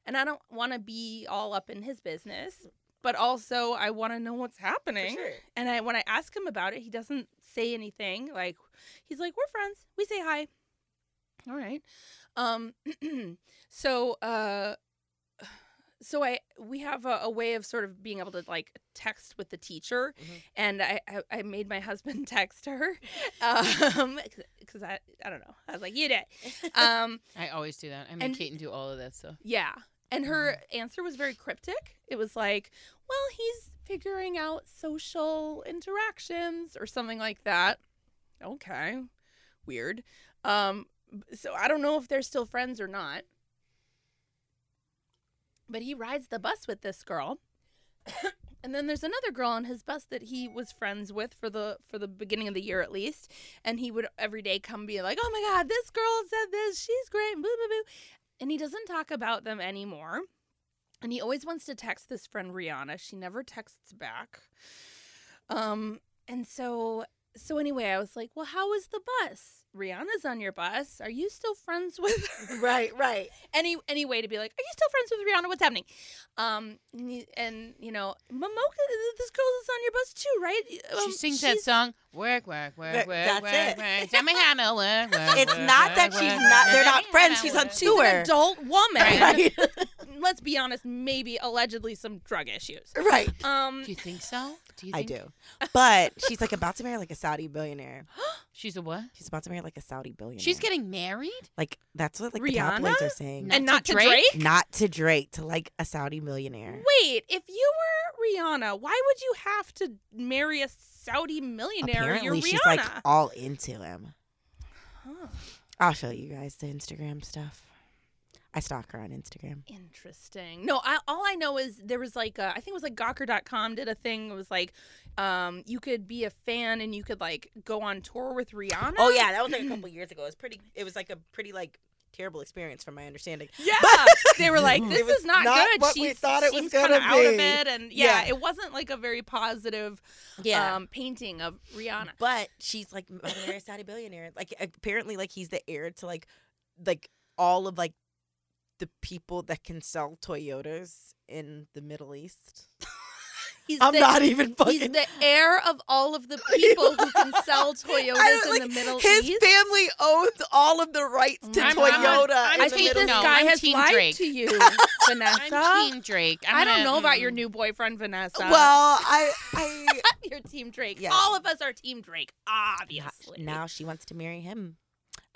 [SPEAKER 2] And I don't want to be all up in his business, but also I want to know what's
[SPEAKER 4] For
[SPEAKER 2] happening.
[SPEAKER 4] sure.
[SPEAKER 2] And I when I ask him about it, he doesn't say anything. Like he's like, "We're friends. We say hi." All right. Um so uh so I we have a, a way of sort of being able to like text with the teacher,
[SPEAKER 4] Mhm.
[SPEAKER 2] and I, I I made my husband text her, um, because I I don't know I was like you did, um
[SPEAKER 3] I always do that. I make
[SPEAKER 2] And-
[SPEAKER 3] Kate and do all of that stuff.
[SPEAKER 2] yeah. And her answer was very cryptic. It was like, well, he's figuring out social interactions or something like that. Okay. Weird. Um, b- so I don't know if they're still friends or not. But he rides the bus with this girl. and then there's another girl on his bus that he was friends with for the for the beginning of the year at least. And he would every day come be like, Oh my god, this girl said this, she's great, boo boo boo and he doesn't talk about them anymore. And he always wants to text this friend Rihanna. She never texts back. Um, and so so anyway, I was like, "Well, how was the bus? Rihanna's on your bus. Are you still friends with her?"
[SPEAKER 4] Right, right.
[SPEAKER 2] any any way to be like, are you still friends with Rihanna? What's happening? Um, and, y- and, you know, Momoka, this girl is on your bus too, right?
[SPEAKER 3] she
[SPEAKER 2] Um,
[SPEAKER 3] sings that
[SPEAKER 2] she's-
[SPEAKER 3] song. Work, work, work,
[SPEAKER 4] That-
[SPEAKER 3] work,
[SPEAKER 4] that's
[SPEAKER 3] work,
[SPEAKER 4] it.
[SPEAKER 3] work. Tell me how to work, work,
[SPEAKER 4] It's
[SPEAKER 3] work,
[SPEAKER 4] not that
[SPEAKER 3] work,
[SPEAKER 4] she's
[SPEAKER 3] work,
[SPEAKER 4] not. They're
[SPEAKER 3] work.
[SPEAKER 4] not friends. She's on
[SPEAKER 2] She's an
[SPEAKER 4] tour.
[SPEAKER 2] adult woman.
[SPEAKER 4] Right,
[SPEAKER 2] Let's be honest. Maybe allegedly some drug issues.
[SPEAKER 4] right.
[SPEAKER 2] Um,
[SPEAKER 3] Do you think so? Do you
[SPEAKER 4] I
[SPEAKER 3] think
[SPEAKER 4] do, but she's like about to marry like a Saudi billionaire.
[SPEAKER 3] She's a what?
[SPEAKER 4] She's about to marry like a Saudi billionaire.
[SPEAKER 3] She's getting married?
[SPEAKER 4] like that's what like the tabloids
[SPEAKER 2] Rihanna?
[SPEAKER 4] are saying.
[SPEAKER 3] No.
[SPEAKER 2] and
[SPEAKER 3] Not
[SPEAKER 2] not
[SPEAKER 3] to
[SPEAKER 2] to
[SPEAKER 3] Drake?
[SPEAKER 2] Drake?
[SPEAKER 4] Not to Drake, to like a Saudi millionaire.
[SPEAKER 2] Wait, if you were Rihanna, why would you have to marry a Saudi millionaire?
[SPEAKER 4] Apparently,
[SPEAKER 2] You're Rihanna.
[SPEAKER 4] she's like all into him.
[SPEAKER 2] Huh.
[SPEAKER 4] I'll show you guys the Instagram stuff. I stalk her on Instagram.
[SPEAKER 2] Interesting. No, I, all I know is there was like a, I think it was like Gawker.com did a thing. It was like, um, you could be a fan and you could like go on tour with Rihanna.
[SPEAKER 4] Oh yeah, that was like a couple years ago. It was pretty. It was like a pretty like terrible experience from my understanding.
[SPEAKER 2] Yeah, they were like, "This
[SPEAKER 4] It was
[SPEAKER 2] is not,
[SPEAKER 4] not
[SPEAKER 2] good."
[SPEAKER 4] what
[SPEAKER 2] she
[SPEAKER 4] we thought it was
[SPEAKER 2] seems
[SPEAKER 4] gonna
[SPEAKER 2] kinda out of
[SPEAKER 4] be.
[SPEAKER 2] it, and yeah,
[SPEAKER 4] Yeah.
[SPEAKER 2] it wasn't like a very positive um, painting of Rihanna.
[SPEAKER 4] but she's like about to marry a Saudi billionaire. Like apparently, like he's the heir to like like all of like the people that can sell Toyotas in the Middle East.
[SPEAKER 2] He's
[SPEAKER 4] I'm
[SPEAKER 2] the,
[SPEAKER 4] not even fucking.
[SPEAKER 2] He's the heir of all of the people who can sell Toyotas
[SPEAKER 4] I don't- like,
[SPEAKER 2] in the Middle
[SPEAKER 4] his
[SPEAKER 2] East.
[SPEAKER 4] family owns all of the rights to
[SPEAKER 2] I'm-
[SPEAKER 4] Toyota.
[SPEAKER 2] I'm
[SPEAKER 3] on- I'm
[SPEAKER 4] in
[SPEAKER 2] I
[SPEAKER 4] the
[SPEAKER 2] think
[SPEAKER 4] Middle
[SPEAKER 2] this
[SPEAKER 3] No,
[SPEAKER 4] East.
[SPEAKER 2] guy
[SPEAKER 3] I'm
[SPEAKER 2] has
[SPEAKER 3] Team
[SPEAKER 2] lied
[SPEAKER 3] Drake.
[SPEAKER 2] to you, Vanessa.
[SPEAKER 4] Uh,
[SPEAKER 3] I'm Team Drake. I'm
[SPEAKER 2] I do not
[SPEAKER 3] gonna-
[SPEAKER 2] know about your
[SPEAKER 3] mm.
[SPEAKER 2] new boyfriend, Vanessa.
[SPEAKER 4] Well, I, I,
[SPEAKER 2] You're Team Drake.
[SPEAKER 4] Yes.
[SPEAKER 2] All of us are Team Drake,
[SPEAKER 4] Now-
[SPEAKER 2] obviously.
[SPEAKER 4] Now she wants to marry him.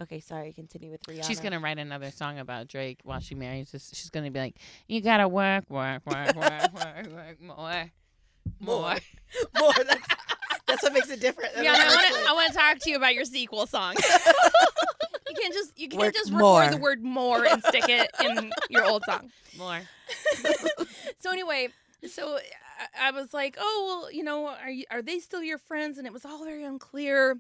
[SPEAKER 4] Okay, sorry. Continue with Rihanna.
[SPEAKER 3] She's gonna write another song about Drake while she marries this. She's gonna be like, "You gotta work, work, work, work, work, work more, more."
[SPEAKER 4] more. That's, that's what makes it different. than
[SPEAKER 2] Yeah,
[SPEAKER 4] the
[SPEAKER 2] I
[SPEAKER 4] first
[SPEAKER 2] want to.
[SPEAKER 4] one.
[SPEAKER 2] I want to talk to you about your sequel song. you can't just you can't
[SPEAKER 4] Work
[SPEAKER 2] just record
[SPEAKER 4] more.
[SPEAKER 2] the word more and stick it in your old song.
[SPEAKER 3] More.
[SPEAKER 2] So anyway, so uh, I, I was like, oh well, you know, are you, are they still your friends? And it was all very unclear.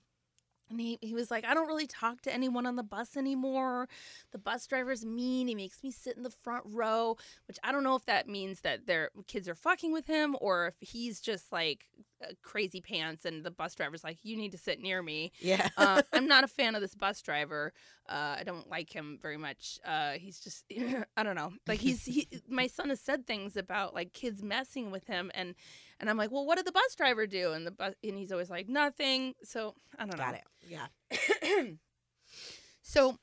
[SPEAKER 2] And he, he was like, I don't really talk to anyone on the bus anymore. The bus driver's mean. He makes me sit in the front row, which I don't know if that means that their kids are fucking with him or if he's just like uh, crazy pants and the bus driver's like, you need to sit near me
[SPEAKER 4] Yeah.
[SPEAKER 2] uh, I'm not a fan of this bus driver. Uh, I don't like him very much. Uh, he's just I don't know. Like he's he, my son has said things about like kids messing with him, and and I'm like, well, what did the bus driver do? And the bus and he's always like nothing. So I don't know.
[SPEAKER 4] Got it. Yeah.
[SPEAKER 2] So,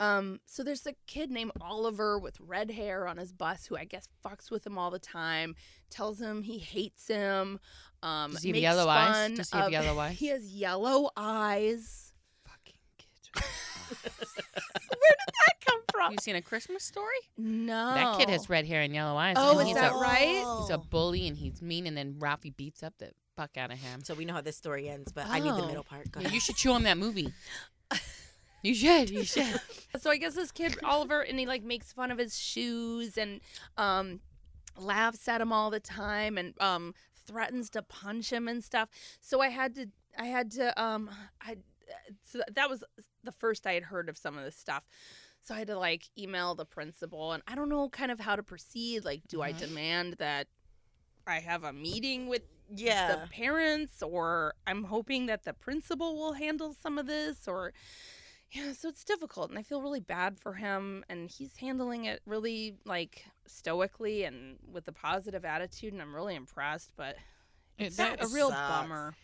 [SPEAKER 2] um, so there's a kid named Oliver with red hair on his bus who I guess fucks with him all the time, tells him he hates him. Um,
[SPEAKER 3] Does he have
[SPEAKER 2] makes
[SPEAKER 3] yellow eyes?
[SPEAKER 2] fun
[SPEAKER 3] Does he have
[SPEAKER 2] of-
[SPEAKER 3] yellow eyes?
[SPEAKER 2] He has yellow eyes.
[SPEAKER 3] Fucking kid.
[SPEAKER 2] That come from?
[SPEAKER 3] You seen a Christmas story?
[SPEAKER 2] No.
[SPEAKER 3] That kid has red hair and yellow eyes.
[SPEAKER 2] Oh,
[SPEAKER 3] and
[SPEAKER 2] is
[SPEAKER 3] he's
[SPEAKER 2] that
[SPEAKER 3] a,
[SPEAKER 2] right?
[SPEAKER 3] He's a bully and he's mean, and then Ralphie beats up the fuck out of him.
[SPEAKER 4] So we know how this story ends, but I need the
[SPEAKER 2] Oh.
[SPEAKER 4] middle part. Go
[SPEAKER 3] Yeah,
[SPEAKER 4] ahead.
[SPEAKER 3] you should chew on that movie. You should. You should.
[SPEAKER 2] So I guess this kid Oliver and he like makes fun of his shoes and um laughs at him all the time and um threatens to punch him and stuff. So I had to I had to um I so that was the first I had heard of some of this stuff. So I had to like email the principal and I don't know kind of how to proceed. Like do I
[SPEAKER 3] Mhm.
[SPEAKER 2] demand that I have a meeting with
[SPEAKER 4] yeah.
[SPEAKER 2] the parents or I'm hoping that the principal will handle some of this or yeah, so it's difficult and I feel really bad for him and he's handling it really like stoically and with a positive attitude and I'm really impressed but it's
[SPEAKER 3] That
[SPEAKER 2] a
[SPEAKER 3] was-
[SPEAKER 2] real
[SPEAKER 4] sucks.
[SPEAKER 2] bummer.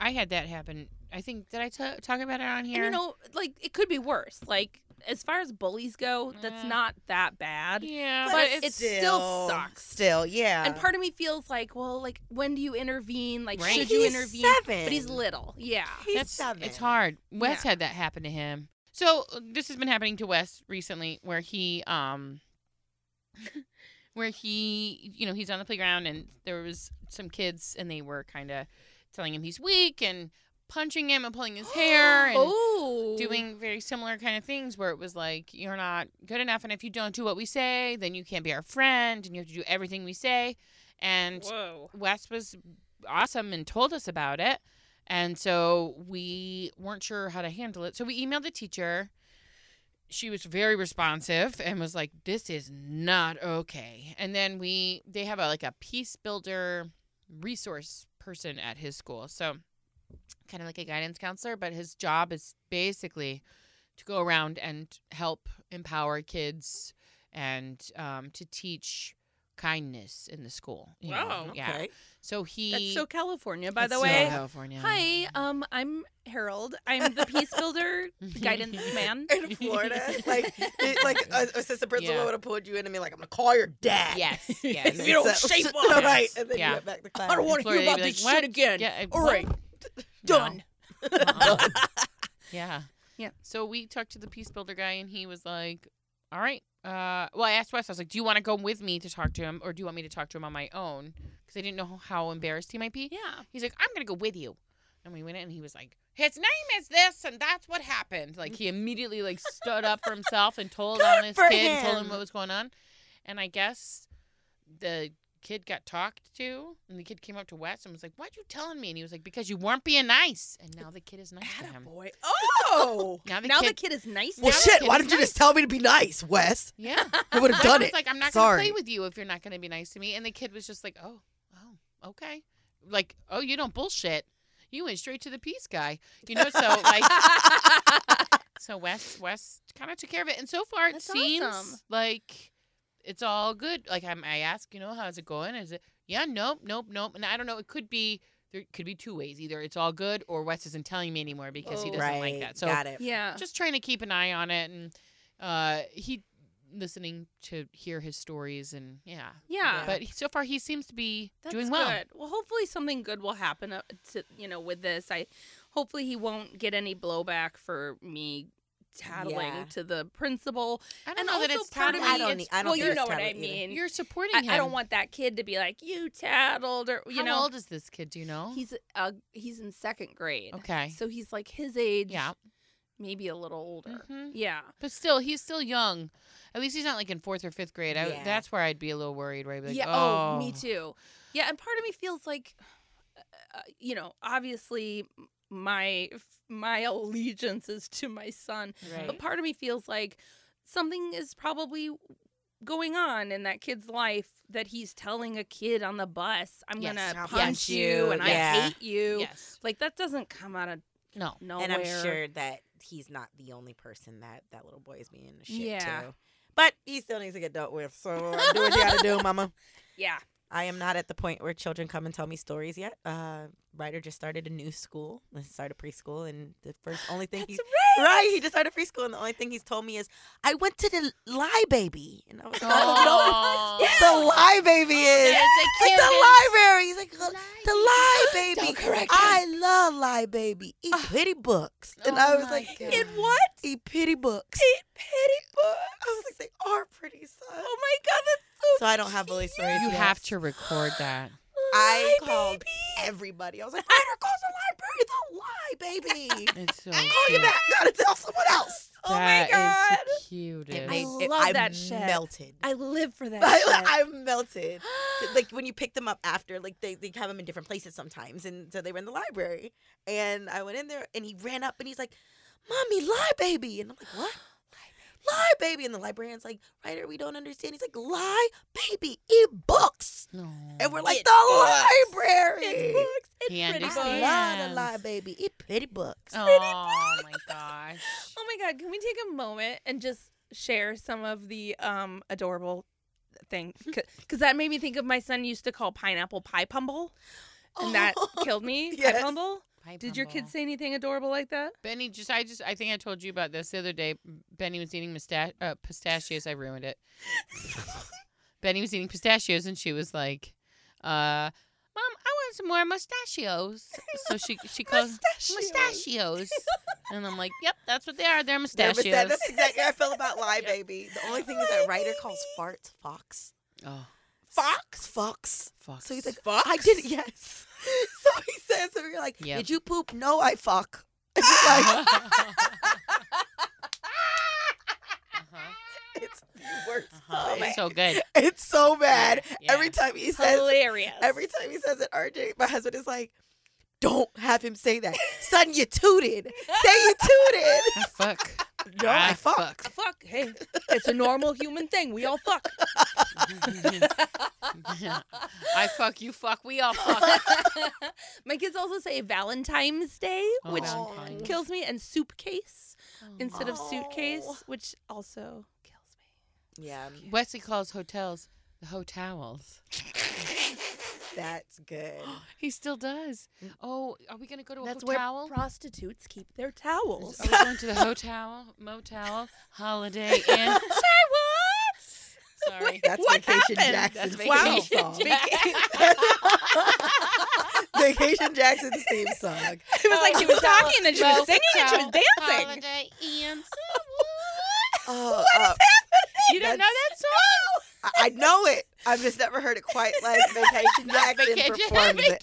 [SPEAKER 3] I had that happen. I think did I ta- talk about it on here?
[SPEAKER 2] And you know, like it could be worse. Like as far as bullies go, that's
[SPEAKER 3] Yeah.
[SPEAKER 2] not that bad.
[SPEAKER 3] yeah,
[SPEAKER 2] But
[SPEAKER 3] but
[SPEAKER 2] it's-
[SPEAKER 3] it's,
[SPEAKER 2] it still sucks.
[SPEAKER 4] Still, yeah.
[SPEAKER 2] And part of me feels like, well, like when do you intervene? Like
[SPEAKER 3] Right.
[SPEAKER 2] should you
[SPEAKER 4] He's
[SPEAKER 2] intervene?
[SPEAKER 4] Seven.
[SPEAKER 2] But he's little. Yeah.
[SPEAKER 4] He's
[SPEAKER 3] that's
[SPEAKER 4] seven.
[SPEAKER 3] it's hard. Wes
[SPEAKER 2] Yeah.
[SPEAKER 3] had that happen to him. So uh, this has been happening to Wes recently, where he um, where he you know he's on the playground and there was some kids and they were kind of telling him he's weak and punching him and pulling his hair and
[SPEAKER 2] oh.
[SPEAKER 3] doing very similar kind of things where it was like you're not good enough and if you don't do what we say then you can't be our friend and you have to do everything we say and
[SPEAKER 2] Whoa.
[SPEAKER 3] wes was awesome and told us about it and so we weren't sure how to handle it so we emailed the teacher she was very responsive and was like this is not okay and then we they have a, like a peace builder resource person at his school so kind of like a guidance counselor but his job is basically to go around and help empower kids and um, to teach kindness in the school you know?
[SPEAKER 2] Wow.
[SPEAKER 3] yeah
[SPEAKER 4] Okay.
[SPEAKER 3] so he
[SPEAKER 2] That's so California, by
[SPEAKER 3] It's
[SPEAKER 2] the
[SPEAKER 3] so
[SPEAKER 2] way.
[SPEAKER 3] California.
[SPEAKER 2] Hi, um, I'm Harold. I'm the peace builder um, guidance man.
[SPEAKER 4] In Florida, like, it, like a, assistant principal
[SPEAKER 3] Yeah.
[SPEAKER 4] would have pulled you in and be like, "I'm gonna call your dad."
[SPEAKER 3] yes
[SPEAKER 4] If
[SPEAKER 3] yes
[SPEAKER 4] you don't
[SPEAKER 1] So-
[SPEAKER 4] shape
[SPEAKER 1] so-
[SPEAKER 4] up, right?
[SPEAKER 3] Yes.
[SPEAKER 4] And then
[SPEAKER 3] Yeah.
[SPEAKER 4] you went back to class.
[SPEAKER 1] I don't want to hear
[SPEAKER 3] Florida,
[SPEAKER 1] about
[SPEAKER 3] they'd be
[SPEAKER 1] this
[SPEAKER 3] like,
[SPEAKER 1] shit
[SPEAKER 3] "What?
[SPEAKER 1] again.
[SPEAKER 3] Yeah, I-
[SPEAKER 1] All
[SPEAKER 3] what?
[SPEAKER 1] right,
[SPEAKER 3] No.
[SPEAKER 1] done.
[SPEAKER 3] Uh-uh. yeah.
[SPEAKER 2] Yeah.
[SPEAKER 3] So we talked to the peace builder guy, and he was like, "All right." Uh, well, I asked Wes. I was like, "Do you want to go with me to talk to him, or do you want me to talk to him on my own?" Because I didn't know how embarrassed he might be.
[SPEAKER 2] Yeah.
[SPEAKER 3] He's like, "I'm gonna go with you," and we went in, and he was like, "His name is this, and that's what happened." Like he immediately like stood up for himself and told on this
[SPEAKER 4] for
[SPEAKER 3] kid, and told
[SPEAKER 4] him.
[SPEAKER 3] him what was going on, and I guess the kid got talked to, and the kid came up to Wes and was like, "What you telling me?" And he was like, "Because you weren't being nice," and now the kid is nice to him.
[SPEAKER 1] Boy. Oh.
[SPEAKER 3] Now the
[SPEAKER 2] now
[SPEAKER 3] kid
[SPEAKER 2] the kid is nice.
[SPEAKER 4] Well,
[SPEAKER 2] now.
[SPEAKER 4] shit.
[SPEAKER 3] kid
[SPEAKER 4] Why
[SPEAKER 3] is
[SPEAKER 4] didn't you
[SPEAKER 3] nice.
[SPEAKER 4] just tell me to be nice, Wes?
[SPEAKER 3] Yeah.
[SPEAKER 4] I would have
[SPEAKER 3] I
[SPEAKER 4] done
[SPEAKER 3] was
[SPEAKER 4] it.
[SPEAKER 3] like, I'm not
[SPEAKER 4] Sorry.
[SPEAKER 3] going to play with you if you're not going to be nice to me. And the kid was just like, oh, oh, okay. Like, oh, you don't bullshit. You went straight to the peace guy. You know, so like, so Wes, Wes kind of took care of it. And so far, it
[SPEAKER 2] That's
[SPEAKER 3] seems
[SPEAKER 2] awesome.
[SPEAKER 3] like it's all good. Like, I'm, I ask, you know, how's it going? Is it, yeah, nope, nope, nope. And I don't know. It could be, there could be two ways. Either it's all good or Wes isn't telling me anymore because he
[SPEAKER 2] Oh.
[SPEAKER 3] doesn't
[SPEAKER 4] right.
[SPEAKER 3] like that. So
[SPEAKER 4] Got it.
[SPEAKER 2] yeah.
[SPEAKER 3] just trying to keep an eye on it and uh he listening to hear his stories and yeah.
[SPEAKER 2] Yeah.
[SPEAKER 3] But he- so far he seems to be
[SPEAKER 2] That's
[SPEAKER 3] doing well.
[SPEAKER 2] Good. Well, hopefully something good will happen uh, to you know with this. I hopefully he won't get any blowback for me tattling
[SPEAKER 4] Yeah.
[SPEAKER 2] to the principal.
[SPEAKER 3] I don't
[SPEAKER 2] And
[SPEAKER 3] know that
[SPEAKER 2] also
[SPEAKER 3] it's
[SPEAKER 2] part of
[SPEAKER 4] me
[SPEAKER 3] tattling.
[SPEAKER 4] I don't
[SPEAKER 2] it's-
[SPEAKER 4] need- I don't
[SPEAKER 2] well,
[SPEAKER 4] think
[SPEAKER 2] you
[SPEAKER 4] it's
[SPEAKER 2] know what I
[SPEAKER 4] tattling either.
[SPEAKER 2] mean.
[SPEAKER 3] You're supporting him.
[SPEAKER 2] I, I don't want that kid to be like you tattled or you
[SPEAKER 3] How
[SPEAKER 2] know.
[SPEAKER 3] old is this kid? Do you know?
[SPEAKER 2] He's uh he's in second grade.
[SPEAKER 3] Oh. okay.
[SPEAKER 2] So he's like his age.
[SPEAKER 3] yeah.
[SPEAKER 2] Maybe a little older.
[SPEAKER 3] hmm
[SPEAKER 2] Yeah.
[SPEAKER 3] But still, he's still young. At least he's not like in fourth or fifth grade. I,
[SPEAKER 4] Yeah.
[SPEAKER 3] That's where I'd be a little worried. Right? I'd be Like,
[SPEAKER 2] yeah.
[SPEAKER 3] Oh,
[SPEAKER 2] Oh, me too. Yeah, and part of me feels like, uh, you know, obviously m- my my allegiance is to my son, but
[SPEAKER 4] Right.
[SPEAKER 2] part of me feels like something is probably going on in that kid's life that he's telling a kid on the bus, "I'm
[SPEAKER 3] Yes.
[SPEAKER 2] gonna
[SPEAKER 4] I'll
[SPEAKER 2] punch
[SPEAKER 4] punch
[SPEAKER 2] you
[SPEAKER 4] you,"
[SPEAKER 2] and I
[SPEAKER 4] yeah.
[SPEAKER 2] hate you."
[SPEAKER 3] Yes.
[SPEAKER 2] Like that doesn't come out of
[SPEAKER 3] No.
[SPEAKER 2] nowhere.
[SPEAKER 4] And I'm sure that he's not the only person that that little boy is being a shit
[SPEAKER 2] Yeah.
[SPEAKER 4] to. But he still needs to get dealt with. So uh, do what you gotta do, mama.
[SPEAKER 2] Yeah.
[SPEAKER 4] I am not at the point where children come and tell me stories yet. Uh, Ryder just started a new school. He started preschool, and the first only thing he's right. he just started preschool, and the only thing he's told me is, "I went to the lie baby," and I was like,
[SPEAKER 3] Oh.
[SPEAKER 4] "I don't know what the lie baby is."
[SPEAKER 3] There's
[SPEAKER 4] It's
[SPEAKER 3] a
[SPEAKER 4] the
[SPEAKER 3] kid
[SPEAKER 4] library. He's like, "Oh, the
[SPEAKER 3] Lie
[SPEAKER 4] lie baby.
[SPEAKER 1] correct him.
[SPEAKER 4] I love lie baby. He pity books, and
[SPEAKER 3] Ah. Oh
[SPEAKER 4] I was
[SPEAKER 3] my
[SPEAKER 4] like,
[SPEAKER 3] God.
[SPEAKER 4] "It what? He pity books. He pity books." I was like, "They are pretty son."
[SPEAKER 2] Oh my god, that's
[SPEAKER 4] So I don't have bully stories.
[SPEAKER 3] You
[SPEAKER 4] yet.
[SPEAKER 3] have to record that.
[SPEAKER 4] I called everybody. I was like, Ryder calls the library. Don't lie, baby.
[SPEAKER 3] It's so
[SPEAKER 4] Call you
[SPEAKER 3] cute.
[SPEAKER 4] back. Gotta tell someone else.
[SPEAKER 2] oh my god.
[SPEAKER 3] That is the cutest.
[SPEAKER 4] It
[SPEAKER 2] made-
[SPEAKER 4] it-
[SPEAKER 2] love
[SPEAKER 4] I
[SPEAKER 2] that shit.
[SPEAKER 4] melted.
[SPEAKER 2] I live for that. shit.
[SPEAKER 4] I, I melted. Like when you pick them up after, like they, they have them in different places sometimes. And so they were in the library. And I went in there and he ran up and he's like, Mommy, lie baby. And I'm like, What? Lie baby. And the librarian's like, Ryder, we don't understand. He's like, Lie baby, e books.
[SPEAKER 3] No.
[SPEAKER 4] And we're like,
[SPEAKER 2] It
[SPEAKER 4] The
[SPEAKER 2] books.
[SPEAKER 4] library.
[SPEAKER 2] It's books. It's
[SPEAKER 3] He
[SPEAKER 2] pretty
[SPEAKER 4] It's
[SPEAKER 2] books.
[SPEAKER 4] a
[SPEAKER 3] understands.
[SPEAKER 4] lot
[SPEAKER 3] Yes.
[SPEAKER 4] of lie, baby. Eat pretty books.
[SPEAKER 3] oh my gosh.
[SPEAKER 2] Oh my god, can we take a moment and just share some of the um adorable thing because that made me think of my son used to call pineapple pie pumble and that killed me pie
[SPEAKER 4] Oh, Yes.
[SPEAKER 2] pumble
[SPEAKER 3] Pipe
[SPEAKER 2] did your kid
[SPEAKER 3] humble.
[SPEAKER 2] say anything adorable like that
[SPEAKER 3] Benny just I just I think I told you about this the other day. Benny was eating mustache uh, pistachios. I ruined it. Benny was eating pistachios and she was like, uh, "Mom, I want some more mustachios." So she she calls mustachios. and I'm like, "Yep, that's what they are. They're
[SPEAKER 4] There
[SPEAKER 3] mustachios."
[SPEAKER 4] was that- That's exactly how I feel about lie, baby. The only thing is that writer calls farts fox.
[SPEAKER 3] oh
[SPEAKER 4] Fox, fox.
[SPEAKER 3] fuck.
[SPEAKER 4] So he's like, I did yes. So he says, and we're like,
[SPEAKER 3] Yeah.
[SPEAKER 4] did you poop? No, I fuck. And he's like,
[SPEAKER 3] Uh-huh.
[SPEAKER 4] it's the worst.
[SPEAKER 3] Uh-huh.
[SPEAKER 4] thing.
[SPEAKER 3] It's so good.
[SPEAKER 4] It's so bad.
[SPEAKER 3] Yeah,
[SPEAKER 4] Every
[SPEAKER 3] yeah.
[SPEAKER 4] time he says,
[SPEAKER 2] hilarious
[SPEAKER 4] every time he says it, RJ, my husband is like, don't have him say that. Son, you tooted. Say you tooted.
[SPEAKER 3] I Ah, fuck.
[SPEAKER 4] No, I
[SPEAKER 3] I
[SPEAKER 4] fuck.
[SPEAKER 2] Uh, fuck hey it's a normal human thing we all fuck
[SPEAKER 3] I fuck. You fuck. We all fuck.
[SPEAKER 2] my kids also say valentine's day
[SPEAKER 3] Oh,
[SPEAKER 2] which
[SPEAKER 3] Valentine's.
[SPEAKER 2] kills me and soup case instead of
[SPEAKER 4] Oh.
[SPEAKER 2] suitcase which also kills me
[SPEAKER 4] Yeah,
[SPEAKER 3] Wesley calls hotels the hotels.
[SPEAKER 4] that's good.
[SPEAKER 3] He still does. Oh, are we gonna go to a
[SPEAKER 2] That's
[SPEAKER 3] hotel?
[SPEAKER 2] where prostitutes keep their towels.
[SPEAKER 3] are we going to the hotel, motel, holiday inn? Sorry.
[SPEAKER 4] That's Vacation Jackson.
[SPEAKER 3] That's
[SPEAKER 4] wow.
[SPEAKER 3] Vacation
[SPEAKER 4] song. vacation Jackson's theme song.
[SPEAKER 2] It was like she was talking and she was singing and she was
[SPEAKER 3] Motel,
[SPEAKER 2] dancing.
[SPEAKER 3] Holiday inn.
[SPEAKER 4] Oh, uh,
[SPEAKER 3] You don't know that song?
[SPEAKER 4] I, I know it. I've just never heard it quite like Vacation Jackson
[SPEAKER 3] Vacation,
[SPEAKER 4] performs
[SPEAKER 3] vacation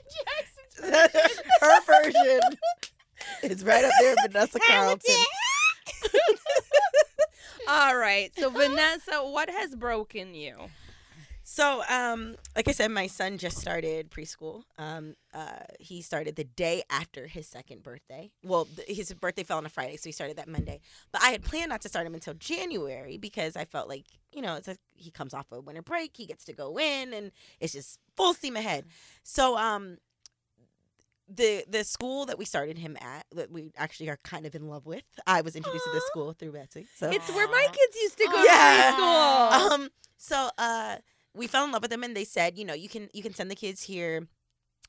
[SPEAKER 4] it.
[SPEAKER 3] Jackson.
[SPEAKER 4] Her version is right up there, with Vanessa Carlton.
[SPEAKER 2] All right. So Vanessa, what has broken you?
[SPEAKER 4] So, um, like I said, my son just started preschool. Um, uh, he started the day after his second birthday. Well, th- his birthday fell on a Friday, so he started that Monday. But I had planned not to start him until January because I felt like, you know, it's like he comes off a winter break, he gets to go in, and it's just full steam ahead. So, um, the the school that we started him at, that we actually are kind of in love with, I was introduced to this
[SPEAKER 2] Aw.
[SPEAKER 4] school through Betsy. So
[SPEAKER 2] It's where my
[SPEAKER 3] Aw.
[SPEAKER 2] kids used to go
[SPEAKER 4] Yeah.
[SPEAKER 2] to preschool.
[SPEAKER 4] um so uh we fell in love with them and they said you know you can you can send the kids here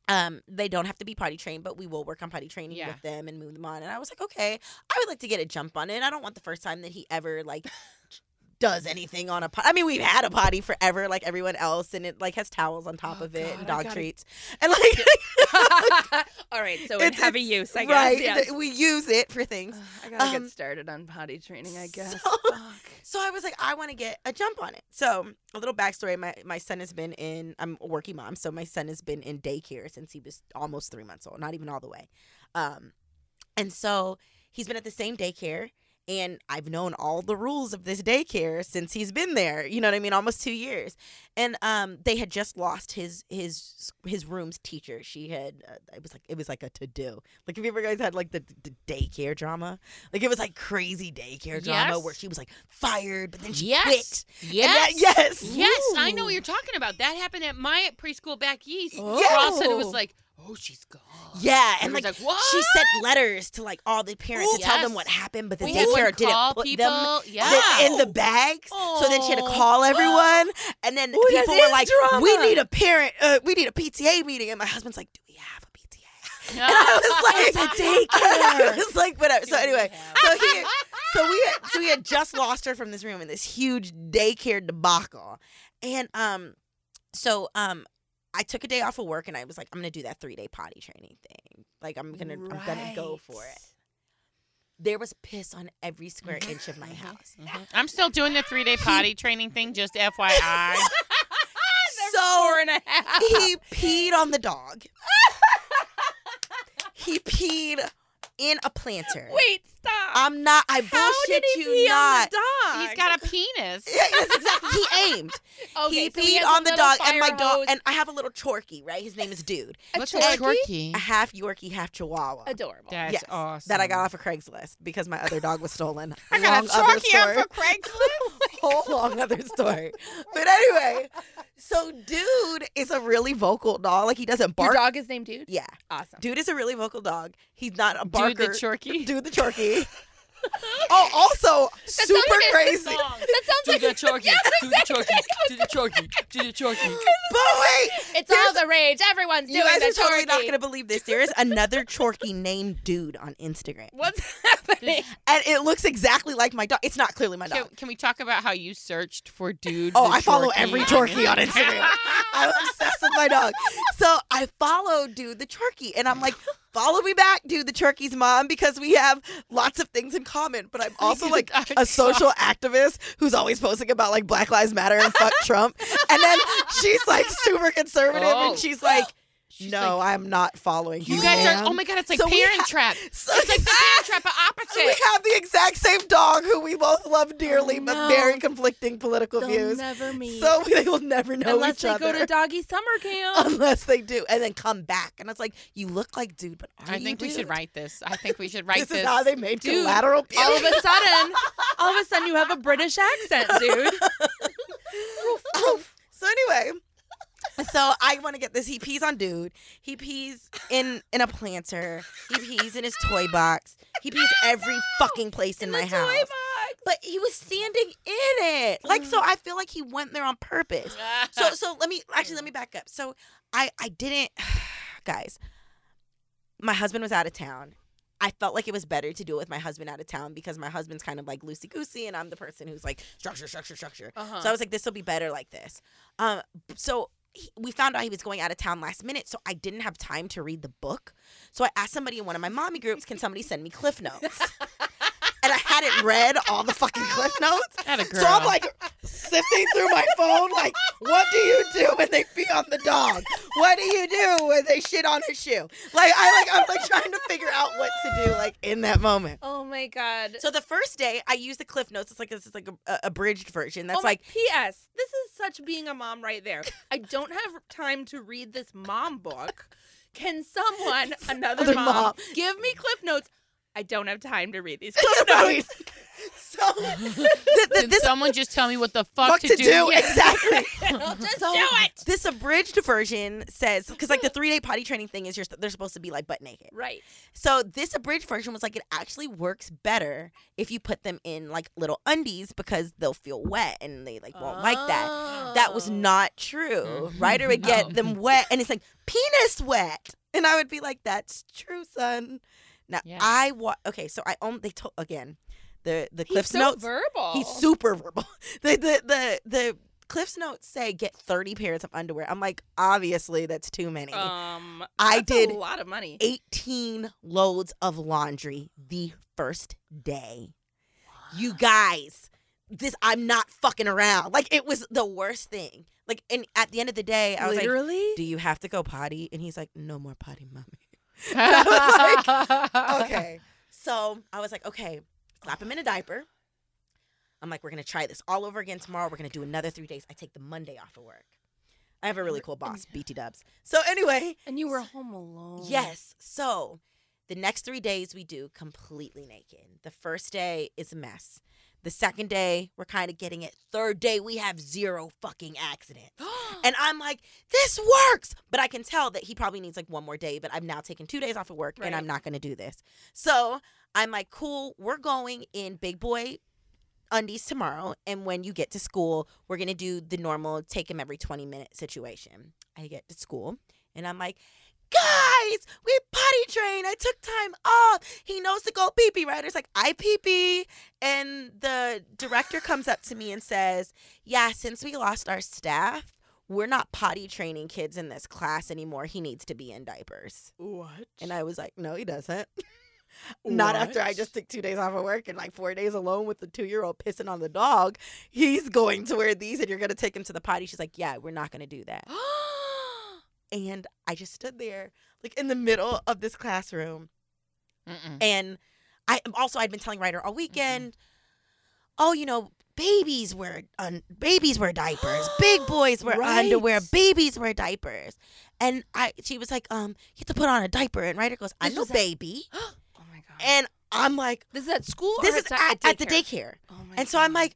[SPEAKER 4] um they don't have to be potty trained but we will work on potty training
[SPEAKER 3] Yeah.
[SPEAKER 4] with them and move them on and i was like okay i would like to get a jump on it i don't want the first time that he ever like does anything on a potty. I mean, we've had a potty forever, like everyone else, and it like has towels on top
[SPEAKER 1] Oh,
[SPEAKER 4] of it
[SPEAKER 1] God, I
[SPEAKER 4] and dog
[SPEAKER 1] gotta-
[SPEAKER 4] treats, and like
[SPEAKER 2] All right, so
[SPEAKER 4] It's-
[SPEAKER 2] it's heavy
[SPEAKER 4] it's-
[SPEAKER 2] use, I guess.
[SPEAKER 4] right,
[SPEAKER 2] yes.
[SPEAKER 4] th- we use it for things.
[SPEAKER 2] Ugh, I gotta
[SPEAKER 4] Um,
[SPEAKER 2] get started on potty training, I guess.
[SPEAKER 4] so-
[SPEAKER 2] Fuck.
[SPEAKER 4] So I was like, I want to get a jump on it. So a little backstory: my my son has been in. I'm a working mom, so my son has been in daycare since he was almost three months old, not even all the way. Um, and so he's been at the same daycare, and I've known all the rules of this daycare since he's been there. You know what I mean? Almost two years, and um, they had just lost his his his room's teacher. She had uh, it was like it was like a to do. Like if you ever guys had like the, the daycare drama, like it was like crazy daycare drama
[SPEAKER 3] Yes.
[SPEAKER 4] where she was like fired, but then she
[SPEAKER 3] Yes.
[SPEAKER 4] quit. And
[SPEAKER 3] Yes.
[SPEAKER 4] that- yes.
[SPEAKER 3] Yes, I know what
[SPEAKER 1] Ooh.
[SPEAKER 3] you're talking about. That happened at my preschool back east.
[SPEAKER 1] Oh.
[SPEAKER 3] Where all of a sudden it was
[SPEAKER 1] Oh.
[SPEAKER 3] like, oh, she's gone.
[SPEAKER 4] Yeah, and
[SPEAKER 3] And, it was
[SPEAKER 4] like
[SPEAKER 3] like, what?
[SPEAKER 4] she sent letters to like all the parents
[SPEAKER 3] Ooh.
[SPEAKER 4] to tell them
[SPEAKER 3] Yes.
[SPEAKER 4] what happened, but the
[SPEAKER 3] We
[SPEAKER 4] daycare
[SPEAKER 3] would call
[SPEAKER 4] didn't put
[SPEAKER 3] people.
[SPEAKER 4] them
[SPEAKER 3] yeah. Oh.
[SPEAKER 4] the- in the bags. So then she had to call everyone, and then
[SPEAKER 1] Ooh, that
[SPEAKER 4] people were
[SPEAKER 1] is
[SPEAKER 4] like,
[SPEAKER 1] drama.
[SPEAKER 4] "We need a parent. Uh, we need a PTA meeting." And my husband's like, "Do we have a PTA?"
[SPEAKER 3] No.
[SPEAKER 4] And I was like,
[SPEAKER 1] daycare.
[SPEAKER 4] It's like whatever. So
[SPEAKER 3] Do we
[SPEAKER 4] anyway,
[SPEAKER 3] have-
[SPEAKER 4] so he, so we, had, so we had just lost her from this room in this huge daycare debacle, and um, so um, I took a day off of work and I was like, I'm gonna do that three day potty training thing. Like I'm gonna, I'm gonna go for it. There was piss on every square inch of my house.
[SPEAKER 3] Mhm. I'm still doing the three day potty training thing, just FYI.
[SPEAKER 4] so
[SPEAKER 2] Four and a half.
[SPEAKER 4] he peed on the dog. he peed in a planter.
[SPEAKER 2] Wait, stop.
[SPEAKER 4] I'm not.
[SPEAKER 2] How
[SPEAKER 4] I bullshit
[SPEAKER 2] did he
[SPEAKER 4] you
[SPEAKER 2] pee
[SPEAKER 4] not.
[SPEAKER 2] on the dog?
[SPEAKER 3] He's got a penis.
[SPEAKER 4] Yeah, that's exactly. He aimed.
[SPEAKER 2] Okay,
[SPEAKER 4] he
[SPEAKER 2] so
[SPEAKER 4] peed
[SPEAKER 2] has a
[SPEAKER 4] on the
[SPEAKER 2] little
[SPEAKER 4] dog, and my
[SPEAKER 2] fire
[SPEAKER 4] dog,
[SPEAKER 2] hose.
[SPEAKER 4] and I have a little chorky, right? His name is Dude,
[SPEAKER 2] a
[SPEAKER 5] What's
[SPEAKER 2] chorky?
[SPEAKER 5] a chorky?
[SPEAKER 4] a half Yorkie, half Chihuahua.
[SPEAKER 2] Adorable.
[SPEAKER 3] That's
[SPEAKER 4] Yes,
[SPEAKER 3] awesome.
[SPEAKER 4] That I got off of Craigslist because my other dog was stolen.
[SPEAKER 3] I got a
[SPEAKER 4] Long other
[SPEAKER 3] Chorky out
[SPEAKER 4] story.
[SPEAKER 3] for Craigslist.
[SPEAKER 4] whole long other story. But anyway, so Dude is a really vocal dog. Like he doesn't
[SPEAKER 2] Your
[SPEAKER 4] bark.
[SPEAKER 2] dog is named Dude?
[SPEAKER 4] yeah,
[SPEAKER 2] Awesome.
[SPEAKER 4] Dude is a really vocal dog. He's not a barker.
[SPEAKER 3] Dude, the Chorky.
[SPEAKER 4] Dude the Chorky. oh, also super crazy.
[SPEAKER 2] That sounds
[SPEAKER 5] Do
[SPEAKER 2] like
[SPEAKER 5] the chorky. Do the chorky. Do the chorky. Do the chorky.
[SPEAKER 4] But wait,
[SPEAKER 2] it's all the rage. Everyone's doing
[SPEAKER 4] you guys
[SPEAKER 2] the
[SPEAKER 4] are totally not
[SPEAKER 2] chorky.
[SPEAKER 4] gonna believe this. There is another Chorky named Dude on Instagram,
[SPEAKER 2] What's happening?
[SPEAKER 4] and it looks exactly like my dog. It's not clearly my
[SPEAKER 3] Can,
[SPEAKER 4] dog.
[SPEAKER 3] can we talk about how you searched for dude?
[SPEAKER 4] Oh,
[SPEAKER 3] the
[SPEAKER 4] I follow
[SPEAKER 3] Chorky?
[SPEAKER 4] every Chorky on Instagram. I'm obsessed with my dog. So I follow Dude the Chorky, and I'm like, follow me back, Dude the Chorky's mom, because we have lots of things in common. But I'm also like a social activist who's always posting about like Black Lives Matter and fuck Trump. And then she's like super conservative,
[SPEAKER 3] Oh.
[SPEAKER 4] and she's like,
[SPEAKER 3] She's
[SPEAKER 4] no, I'm not following you.
[SPEAKER 3] You guys are.
[SPEAKER 4] ma'am."
[SPEAKER 3] Oh my god, it's like
[SPEAKER 4] So we
[SPEAKER 3] Parent
[SPEAKER 4] ha-
[SPEAKER 3] Trap.
[SPEAKER 4] So
[SPEAKER 3] It's like the Parent Trap, but
[SPEAKER 4] we
[SPEAKER 3] opposite.
[SPEAKER 4] have the exact same dog who we both love dearly,
[SPEAKER 2] Oh,
[SPEAKER 4] but
[SPEAKER 2] no.
[SPEAKER 4] very conflicting political views.
[SPEAKER 2] never meet.
[SPEAKER 4] So they will never know
[SPEAKER 2] Unless
[SPEAKER 4] each
[SPEAKER 2] they
[SPEAKER 4] other.
[SPEAKER 2] go to doggy summer camp.
[SPEAKER 4] unless they do, and then come back, and it's like you look like dude, but are
[SPEAKER 3] I
[SPEAKER 4] you
[SPEAKER 3] think we should
[SPEAKER 4] dude?"
[SPEAKER 3] write this. I think we should write
[SPEAKER 4] This
[SPEAKER 3] this.
[SPEAKER 4] is how they made
[SPEAKER 2] Dude.
[SPEAKER 4] collateral
[SPEAKER 2] all
[SPEAKER 4] beauty.
[SPEAKER 2] of a sudden, all of a sudden, you have a British accent, dude.
[SPEAKER 4] Um, so anyway, so I want to get this. He pees on dude. He pees in in a planter. He pees in his toy box. He pees every fucking place in, my
[SPEAKER 2] the
[SPEAKER 4] house.
[SPEAKER 2] toy box.
[SPEAKER 4] But he was standing in it, like so. I feel like he went there on purpose. so so let me actually let me back up. So I I didn't guys. My husband was out of town. I felt like it was better to do it with my husband out of town because my husband's kind of like loosey goosey and I'm the person who's like structure structure structure.
[SPEAKER 3] Uh-huh.
[SPEAKER 4] So I was like this will be better like this. Um so he, we found out he was going out of town last minute so I didn't have time to read the book. So I asked somebody in one of my mommy groups, can somebody send me cliff notes? and I hadn't read all the fucking cliff notes.
[SPEAKER 3] Atta girl.
[SPEAKER 4] So I'm like sifting through my phone, like, what do you do when they pee on the dog? What do you do when they shit on his shoe? Like I like I'm like trying to figure out what to do like in that moment.
[SPEAKER 2] Oh my god.
[SPEAKER 4] So the first day I use the Cliff Notes. It's like this is like a, a abridged version. That's
[SPEAKER 2] oh my,
[SPEAKER 4] like
[SPEAKER 2] P.S. This is such being a mom right there. I don't have time to read this mom book. Can someone, another
[SPEAKER 4] Other
[SPEAKER 2] mom,
[SPEAKER 4] mom.
[SPEAKER 2] give me cliff notes? I don't have time to read these cliff notes.
[SPEAKER 4] notes. So th- th-
[SPEAKER 3] Did
[SPEAKER 4] this
[SPEAKER 3] someone just tell me what the fuck,
[SPEAKER 4] fuck to do
[SPEAKER 3] Yeah.
[SPEAKER 4] exactly.
[SPEAKER 2] I'll just
[SPEAKER 4] So-
[SPEAKER 2] do it.
[SPEAKER 4] This abridged version says because like the three day potty training thing is you're they're supposed to be like butt naked.
[SPEAKER 2] Right.
[SPEAKER 4] So this abridged version was like it actually works better if you put them in like little undies because they'll feel wet and they like won't like that. That was
[SPEAKER 2] Oh.
[SPEAKER 4] not true. Ryder would
[SPEAKER 5] No.
[SPEAKER 4] get them wet and it's like penis wet. And I would be like, That's true, son. Now
[SPEAKER 3] Yeah.
[SPEAKER 4] I wa okay, so I only they told again, the the
[SPEAKER 2] He's
[SPEAKER 4] Cliff's
[SPEAKER 2] so
[SPEAKER 4] notes.
[SPEAKER 2] verbal.
[SPEAKER 4] He's super verbal. The the the the Cliff's notes say get 30 pairs of underwear. I'm like, obviously that's too many.
[SPEAKER 2] Um,
[SPEAKER 4] I
[SPEAKER 2] that's
[SPEAKER 4] did
[SPEAKER 2] a lot of money.
[SPEAKER 4] 18 loads of laundry the first day. You guys, this I'm not fucking around. Like it was the worst thing. Like and at the end of the day, I was like,
[SPEAKER 2] Literally.
[SPEAKER 4] "Do you have to go potty?" And he's like, "No more potty, mommy."
[SPEAKER 3] I was
[SPEAKER 4] okay. So I was like, okay, slap him in a diaper. I'm like, we're gonna try this all over again tomorrow. We're gonna do another three days. I take the Monday off of work. I have a really cool boss, BT Dubs. So anyway,
[SPEAKER 2] and you were home alone.
[SPEAKER 4] yes. So the next three days we do completely naked. The first day is a mess. The second day we're kind of getting it. Third day we have zero fucking accident. And I'm like, this works. But I can tell that he probably needs like one more day, but I've now taken two days off of work and I'm
[SPEAKER 2] Right.
[SPEAKER 4] not going to do this. So I'm like, cool, we're going in big boy undies tomorrow. And when you get to school, we're going to do the normal take him every 20 minute situation. I get to school and I'm like, guys, we potty trained. I took time off. He knows to go pee pee, right? It's like, I pee pee. And the director comes up to me and says, yeah, since we lost our staff, we're not potty training kids in this class anymore. He needs to be in diapers.
[SPEAKER 1] What?
[SPEAKER 4] And I was like, no, he doesn't. Not after I
[SPEAKER 1] What?
[SPEAKER 4] just took two days off of work and like four days alone with the two year old pissing on the dog. He's going to wear these and you're going to take him to the potty. She's like, yeah, we're not going to do that. And I just stood there, like in the middle of this classroom.
[SPEAKER 3] like, Mm-mm.
[SPEAKER 4] And I also, I'd been telling Ryder
[SPEAKER 2] Mm-hmm.
[SPEAKER 4] all weekend, oh, you know, babies wear un- babies wear diapers, big boys wear underwear,
[SPEAKER 1] Right.
[SPEAKER 4] babies wear diapers. And I, she was like, um, you have to put on a diaper. And Ryder goes, I'm
[SPEAKER 2] This
[SPEAKER 4] no
[SPEAKER 2] was at-
[SPEAKER 4] baby.
[SPEAKER 2] Oh my god.
[SPEAKER 4] And I'm like,
[SPEAKER 2] this is at school.
[SPEAKER 4] this
[SPEAKER 2] or
[SPEAKER 4] is
[SPEAKER 2] it's
[SPEAKER 4] at, at the daycare.
[SPEAKER 2] Oh my
[SPEAKER 4] And so I'm
[SPEAKER 2] God.
[SPEAKER 4] like,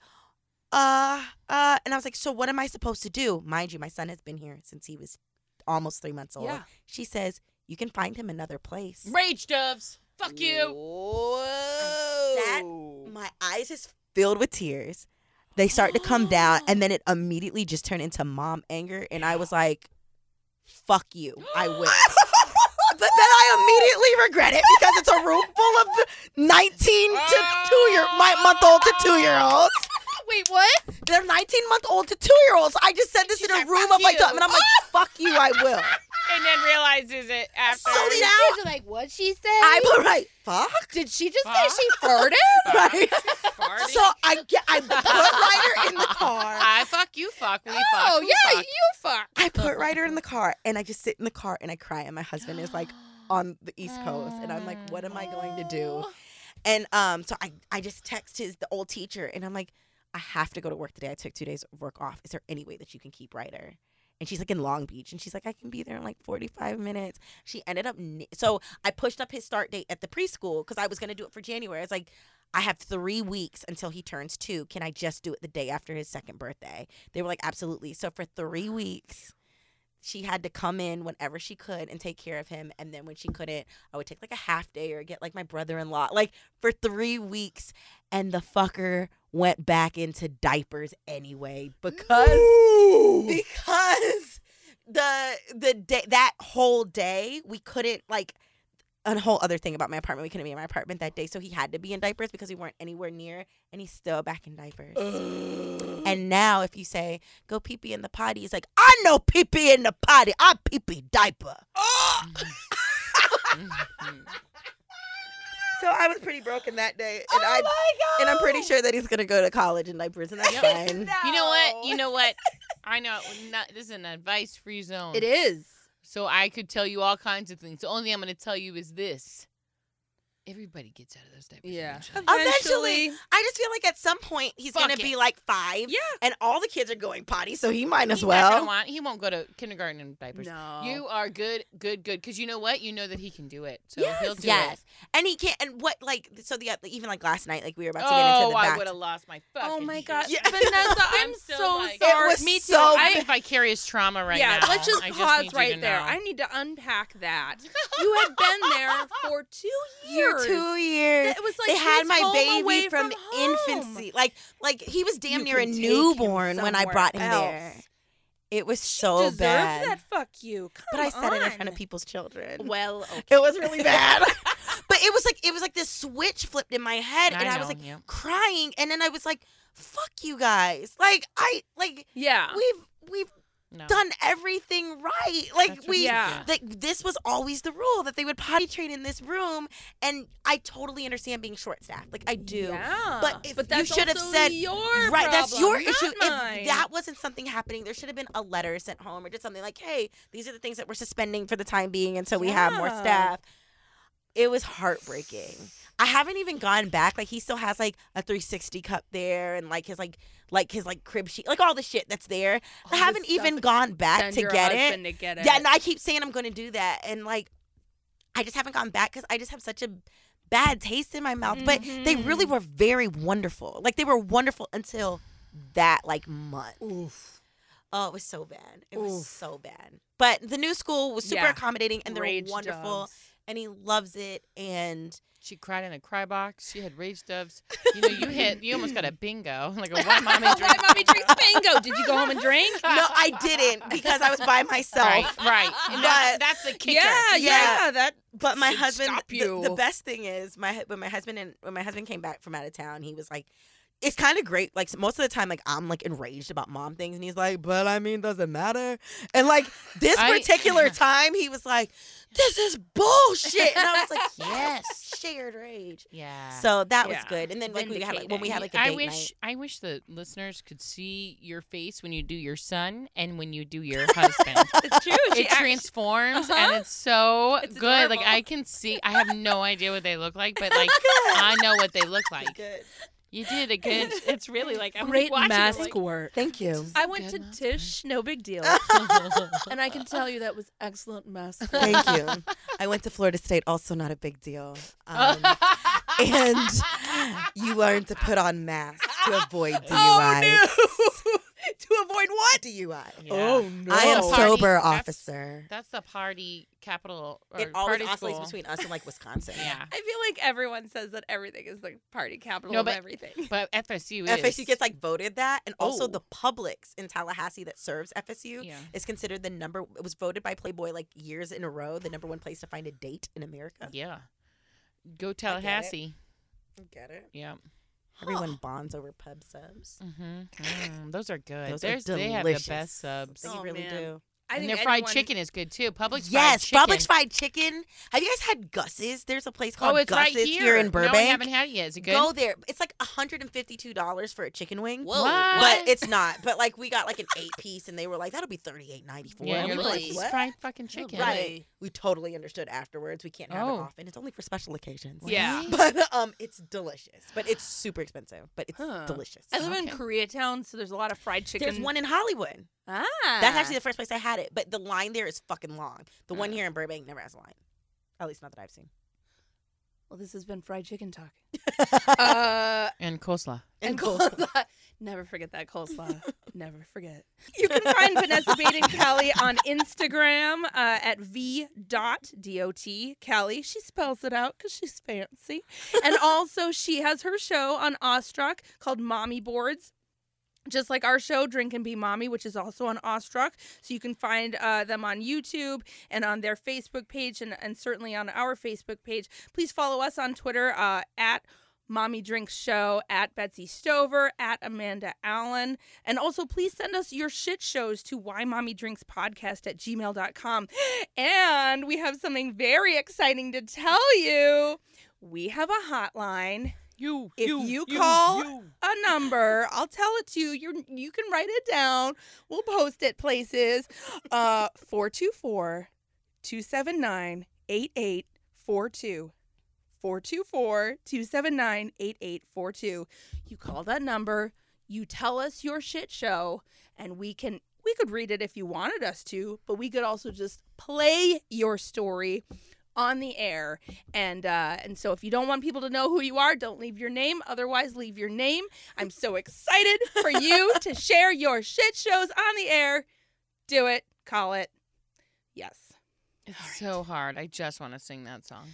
[SPEAKER 4] uh, uh, and I was like, so what am I supposed to do? Mind you, my son has been here since he was almost three months old.
[SPEAKER 2] Yeah.
[SPEAKER 4] She says, you can find him another place.
[SPEAKER 3] Rage doves. Fuck you.
[SPEAKER 1] Whoa.
[SPEAKER 4] My eyes is filled with tears. They start to come down, and then it immediately just turned into mom anger. And I was like, fuck you, I will. but then I immediately regret it because it's a room full of 19 to two year, my month old to two year olds.
[SPEAKER 3] Wait, what?
[SPEAKER 4] They're 19 month old to two year olds. I just said this in a room of like,
[SPEAKER 3] you."
[SPEAKER 4] and I'm like, fuck you, I will.
[SPEAKER 3] And then realizes it after.
[SPEAKER 4] So did I.
[SPEAKER 2] You're like, what she said?
[SPEAKER 4] I put right, fuck.
[SPEAKER 2] did she just
[SPEAKER 3] Huh?
[SPEAKER 2] say she farted?
[SPEAKER 4] Right.
[SPEAKER 3] Farting.
[SPEAKER 4] So I get, I put Ryder in the car.
[SPEAKER 3] I fuck you. Fuck we.
[SPEAKER 2] oh
[SPEAKER 3] fuck, we
[SPEAKER 2] yeah,
[SPEAKER 3] fuck.
[SPEAKER 2] you fuck.
[SPEAKER 4] I put Ryder in the car, and I just sit in the car and I cry. And my husband is like on the East Coast, and I'm like, what am I going to do? And um, so I, I just text his the old teacher, and I'm like, I have to go to work today. I took two days of work off. Is there any way that you can keep Ryder? And she's like in Long Beach, and she's like, I can be there in like 45 minutes. She ended up, ni- so I pushed up his start date at the preschool because I was gonna do it for January. It's like, I have three weeks until he turns two. Can I just do it the day after his second birthday? They were like, absolutely. So for three weeks, she had to come in whenever she could and take care of him. And then when she couldn't, I would take like a half day or get like my brother in law, like for three weeks. And the fucker went back into diapers anyway because because the the day that whole day we couldn't like a whole other thing about my apartment. We couldn't be in my apartment that day, so he had to be in diapers because we weren't anywhere near, and he's still back in diapers. And now, if you say go pee pee in the potty, he's like, I know pee pee in the potty. I pee pee diaper. So I was pretty broken that day,
[SPEAKER 2] Oh
[SPEAKER 4] and I and I'm pretty sure that he's gonna go to college in diapers, and that's fine.
[SPEAKER 3] You know what? You know what? I know. Not, this is an advice free zone.
[SPEAKER 2] It is.
[SPEAKER 3] So I could tell you all kinds of things. The only thing I'm going to tell you is this. Everybody gets out of those diapers.
[SPEAKER 1] Yeah.
[SPEAKER 3] eventually.
[SPEAKER 4] Eventually. I just feel like at some point he's
[SPEAKER 3] Fuck
[SPEAKER 4] gonna
[SPEAKER 3] it.
[SPEAKER 4] be like five,
[SPEAKER 1] Yeah.
[SPEAKER 4] and all the kids are going potty, so he might as
[SPEAKER 3] He's not gonna
[SPEAKER 4] well.
[SPEAKER 3] want- he won't go to kindergarten in diapers.
[SPEAKER 1] No.
[SPEAKER 3] You are good, good, good. Because you know what? You know that he can do it. So he'll do
[SPEAKER 4] yes,
[SPEAKER 3] it.
[SPEAKER 4] and he can't. And what like so the even like last night, like we were about to get into
[SPEAKER 3] Oh,
[SPEAKER 4] the
[SPEAKER 3] I
[SPEAKER 4] back.
[SPEAKER 3] would have lost my fucking
[SPEAKER 2] Oh my
[SPEAKER 3] shit.
[SPEAKER 2] god,
[SPEAKER 4] Yeah.
[SPEAKER 2] Vanessa, I'm,
[SPEAKER 3] I'm still
[SPEAKER 2] so
[SPEAKER 3] like- It
[SPEAKER 2] sorry.
[SPEAKER 4] was
[SPEAKER 2] Me too.
[SPEAKER 4] so
[SPEAKER 3] I
[SPEAKER 2] I,
[SPEAKER 3] have vicarious trauma right
[SPEAKER 2] yeah,
[SPEAKER 3] now.
[SPEAKER 2] let's just
[SPEAKER 3] I
[SPEAKER 2] pause
[SPEAKER 3] need you to
[SPEAKER 2] right there.
[SPEAKER 3] know.
[SPEAKER 2] I need to unpack that. You had been there for two
[SPEAKER 4] You're
[SPEAKER 2] years.
[SPEAKER 4] two years.
[SPEAKER 2] It was like
[SPEAKER 4] they
[SPEAKER 2] she
[SPEAKER 4] had
[SPEAKER 2] was
[SPEAKER 4] my
[SPEAKER 2] home
[SPEAKER 4] baby
[SPEAKER 2] away
[SPEAKER 4] from,
[SPEAKER 2] home.
[SPEAKER 4] infancy, like like he was damn
[SPEAKER 2] You
[SPEAKER 4] near a
[SPEAKER 2] can take him
[SPEAKER 4] newborn when I
[SPEAKER 2] somewhere
[SPEAKER 4] brought him
[SPEAKER 2] else.
[SPEAKER 4] there. It was
[SPEAKER 2] She
[SPEAKER 4] so
[SPEAKER 2] deserved
[SPEAKER 4] bad,
[SPEAKER 2] That fuck you. Come
[SPEAKER 4] but I said it in front
[SPEAKER 2] on.
[SPEAKER 4] of people's children.
[SPEAKER 2] Well, okay.
[SPEAKER 4] It was really bad. but But it was like it was like this switch flipped in my head, and I, was
[SPEAKER 5] know,
[SPEAKER 4] like
[SPEAKER 5] yeah.
[SPEAKER 4] crying, and then I was like, "Fuck you guys!" Like I like
[SPEAKER 2] Yeah.
[SPEAKER 4] we've we've
[SPEAKER 5] No.
[SPEAKER 4] done everything right. Like
[SPEAKER 5] That's
[SPEAKER 4] we
[SPEAKER 2] Yeah.
[SPEAKER 4] like this was always the rule that they would potty train in this room, and I totally understand being short staffed. Like I do.
[SPEAKER 2] Yeah.
[SPEAKER 4] But if you
[SPEAKER 2] that's
[SPEAKER 4] should have
[SPEAKER 2] also
[SPEAKER 4] said-
[SPEAKER 2] your
[SPEAKER 4] Right, that's your
[SPEAKER 2] problem,
[SPEAKER 4] issue.
[SPEAKER 2] not mine.
[SPEAKER 4] If that wasn't something happening, there should have been a letter sent home or just something like, "Hey, these are the things that we're suspending for the time being until we have more
[SPEAKER 2] Yeah.
[SPEAKER 4] staff." It was heartbreaking. I haven't even gone back. Like he still has like a 360 cup there and like his like like his like crib sheet, like all the shit that's there. I
[SPEAKER 2] All
[SPEAKER 4] haven't
[SPEAKER 2] this stuff
[SPEAKER 4] even gone back
[SPEAKER 2] send
[SPEAKER 4] to
[SPEAKER 2] your
[SPEAKER 4] get it.
[SPEAKER 2] husband to get it.
[SPEAKER 4] Yeah, no, I keep saying I'm going to do that, and like, I just haven't gone back because I just have such a bad taste in my mouth. But they really were very wonderful. Like they were wonderful until that like month.
[SPEAKER 1] Oof.
[SPEAKER 4] Oh, it was so bad. It was
[SPEAKER 1] Oof.
[SPEAKER 4] so bad. But the new school was super
[SPEAKER 2] Yeah.
[SPEAKER 4] accommodating, and they're
[SPEAKER 2] Rage
[SPEAKER 4] wonderful.
[SPEAKER 2] doves.
[SPEAKER 4] And he loves it, and
[SPEAKER 5] She cried in a cry box. She had rage doves. You know, you hit. You almost got a bingo, like a white mommy
[SPEAKER 2] My
[SPEAKER 5] drink.
[SPEAKER 2] mommy drinks bingo. Did you go home and drink?
[SPEAKER 4] no, I didn't because I was by myself.
[SPEAKER 5] Right, right. And that's, that's the kicker.
[SPEAKER 2] Yeah, yeah, that
[SPEAKER 4] But my
[SPEAKER 2] should
[SPEAKER 4] husband,
[SPEAKER 2] stop
[SPEAKER 4] the-
[SPEAKER 2] you.
[SPEAKER 4] The, best thing is my hu- when my husband and when my husband came back from out of town, he was like, "It's kind of great." Like most of the time, like I'm like enraged about mom things, and he's like, "But I mean, does it matter?" And like this
[SPEAKER 5] I-
[SPEAKER 4] particular time, he was like, "This is bullshit," and I was like, "Yes, shared rage."
[SPEAKER 5] Yeah.
[SPEAKER 4] So that was
[SPEAKER 2] Yeah.
[SPEAKER 4] good. And then like we had like when we had like a date
[SPEAKER 5] I wish
[SPEAKER 4] night.
[SPEAKER 5] I wish the listeners could see your face when you do your son and when you do your husband.
[SPEAKER 2] it's true. She
[SPEAKER 5] it
[SPEAKER 2] act-
[SPEAKER 5] transforms
[SPEAKER 2] Uh-huh.
[SPEAKER 5] and it's so
[SPEAKER 2] It's
[SPEAKER 5] good. Like
[SPEAKER 2] adorable.
[SPEAKER 5] I can see. I have no idea what they look like, but like I know what they look like.
[SPEAKER 4] Good.
[SPEAKER 5] You did a good. It's really like I'm
[SPEAKER 1] Great
[SPEAKER 5] watching, I'm
[SPEAKER 1] mask
[SPEAKER 5] like-
[SPEAKER 1] work.
[SPEAKER 4] Thank you.
[SPEAKER 2] I went
[SPEAKER 5] Good
[SPEAKER 2] to
[SPEAKER 5] mouth,
[SPEAKER 2] Tish, no big deal.
[SPEAKER 1] And I can tell you that was excellent mask work.
[SPEAKER 4] Thank you. I went to Florida State, also not a big deal. Um, and you learn to put on masks to avoid
[SPEAKER 5] Oh,
[SPEAKER 4] DUIs.
[SPEAKER 2] Oh, to avoid what?
[SPEAKER 4] DUI.
[SPEAKER 5] Yeah.
[SPEAKER 1] Oh no.
[SPEAKER 4] I am
[SPEAKER 5] That's a party.
[SPEAKER 4] sober,
[SPEAKER 5] That's-
[SPEAKER 4] officer.
[SPEAKER 5] That's the party capital. Or
[SPEAKER 4] It always
[SPEAKER 5] party
[SPEAKER 4] oscillates
[SPEAKER 5] school.
[SPEAKER 4] between us and like Wisconsin.
[SPEAKER 5] Yeah.
[SPEAKER 2] I feel like everyone says that everything is the party capital
[SPEAKER 5] No,
[SPEAKER 2] of
[SPEAKER 5] but-
[SPEAKER 2] everything.
[SPEAKER 5] But FSU is.
[SPEAKER 4] FSU gets like voted that, and also
[SPEAKER 5] Oh.
[SPEAKER 4] the Publix in Tallahassee that serves FSU
[SPEAKER 5] Yeah.
[SPEAKER 4] is considered the number. It was voted by Playboy like years in a row, the number one place to find a date in America.
[SPEAKER 5] Yeah. Go Tallahassee.
[SPEAKER 4] Get it?
[SPEAKER 5] Yeah.
[SPEAKER 4] Everyone bonds over pub subs.
[SPEAKER 5] Mm-hmm. those are good.
[SPEAKER 4] Those are
[SPEAKER 5] There's, they have the
[SPEAKER 4] delicious.
[SPEAKER 5] best subs.
[SPEAKER 4] They
[SPEAKER 2] Oh,
[SPEAKER 4] really
[SPEAKER 2] man.
[SPEAKER 4] do.
[SPEAKER 2] I
[SPEAKER 5] and
[SPEAKER 2] think
[SPEAKER 5] their fried
[SPEAKER 2] anyone-
[SPEAKER 5] chicken is good too. Publix
[SPEAKER 4] yes,
[SPEAKER 5] fried chicken.
[SPEAKER 4] Publix fried chicken. Have you guys had Gus's? There's a place
[SPEAKER 5] Oh,
[SPEAKER 4] called
[SPEAKER 5] it's
[SPEAKER 4] Gus's
[SPEAKER 5] right here.
[SPEAKER 4] in Burbank.
[SPEAKER 5] No, I haven't had it yet. Is it good?
[SPEAKER 4] Go there. It's like $152 for a chicken wing.
[SPEAKER 5] Whoa. What?
[SPEAKER 4] But it's not. But like we got like an eight piece and they were like, that'll be thirty eight ninety four.
[SPEAKER 5] yeah,
[SPEAKER 4] and
[SPEAKER 5] you're
[SPEAKER 4] we were
[SPEAKER 5] like,
[SPEAKER 4] like,
[SPEAKER 5] "This is
[SPEAKER 4] what?
[SPEAKER 5] fried fucking chicken.
[SPEAKER 4] Right. We totally understood afterwards. We can't have
[SPEAKER 5] Oh.
[SPEAKER 4] it often. It's only for special occasions.
[SPEAKER 2] Yeah.
[SPEAKER 5] Really?
[SPEAKER 4] But um it's delicious. But it's super expensive. But it's
[SPEAKER 2] Huh.
[SPEAKER 4] delicious.
[SPEAKER 2] I live in
[SPEAKER 5] Okay.
[SPEAKER 2] Koreatown, so there's a lot of fried chicken.
[SPEAKER 4] There's one in Hollywood.
[SPEAKER 2] Ah.
[SPEAKER 4] That's actually the first place I had it. But the line there is fucking long. The one
[SPEAKER 5] Mm.
[SPEAKER 4] here in Burbank never has a line. At least not that I've seen.
[SPEAKER 1] Well, this has been fried chicken talk.
[SPEAKER 2] Uh,
[SPEAKER 5] And coleslaw.
[SPEAKER 2] and
[SPEAKER 4] cool.
[SPEAKER 2] coleslaw. Never forget that coleslaw. Never forget. You can find Vanessa Baden Kelly on Instagram uh, at v.dot Kelly. She spells it out because she's fancy. And also, she has her show on Awestruck called Mommy Boards. Just like our show, Drink and Be Mommy, which is also on Awestruck. So you can find uh, them on YouTube and on their Facebook page and, and certainly on our Facebook page. Please follow us on Twitter uh, at Mommy Drinks Show, at Betsy Stover, at Amanda Allen. And also, please send us your shit shows to why mommy drinks podcast at gmail.com. And we have something very exciting to tell you. We have a hotline.
[SPEAKER 5] You.
[SPEAKER 2] If you, call a number, I'll tell it to you. You you can write it down. We'll post it places. Uh 424 279 8842. 424 279 8842. You call that number, you tell us your shit show, and we can we could read it if you wanted us to, but we could also just play your story on the air. And uh, and so if you don't want people to know who you are, don't leave your name. Otherwise, leave your name. I'm so excited for you to share your shit shows on the air. Do it. Call it. Yes.
[SPEAKER 5] It's so hard. I just want to sing that song.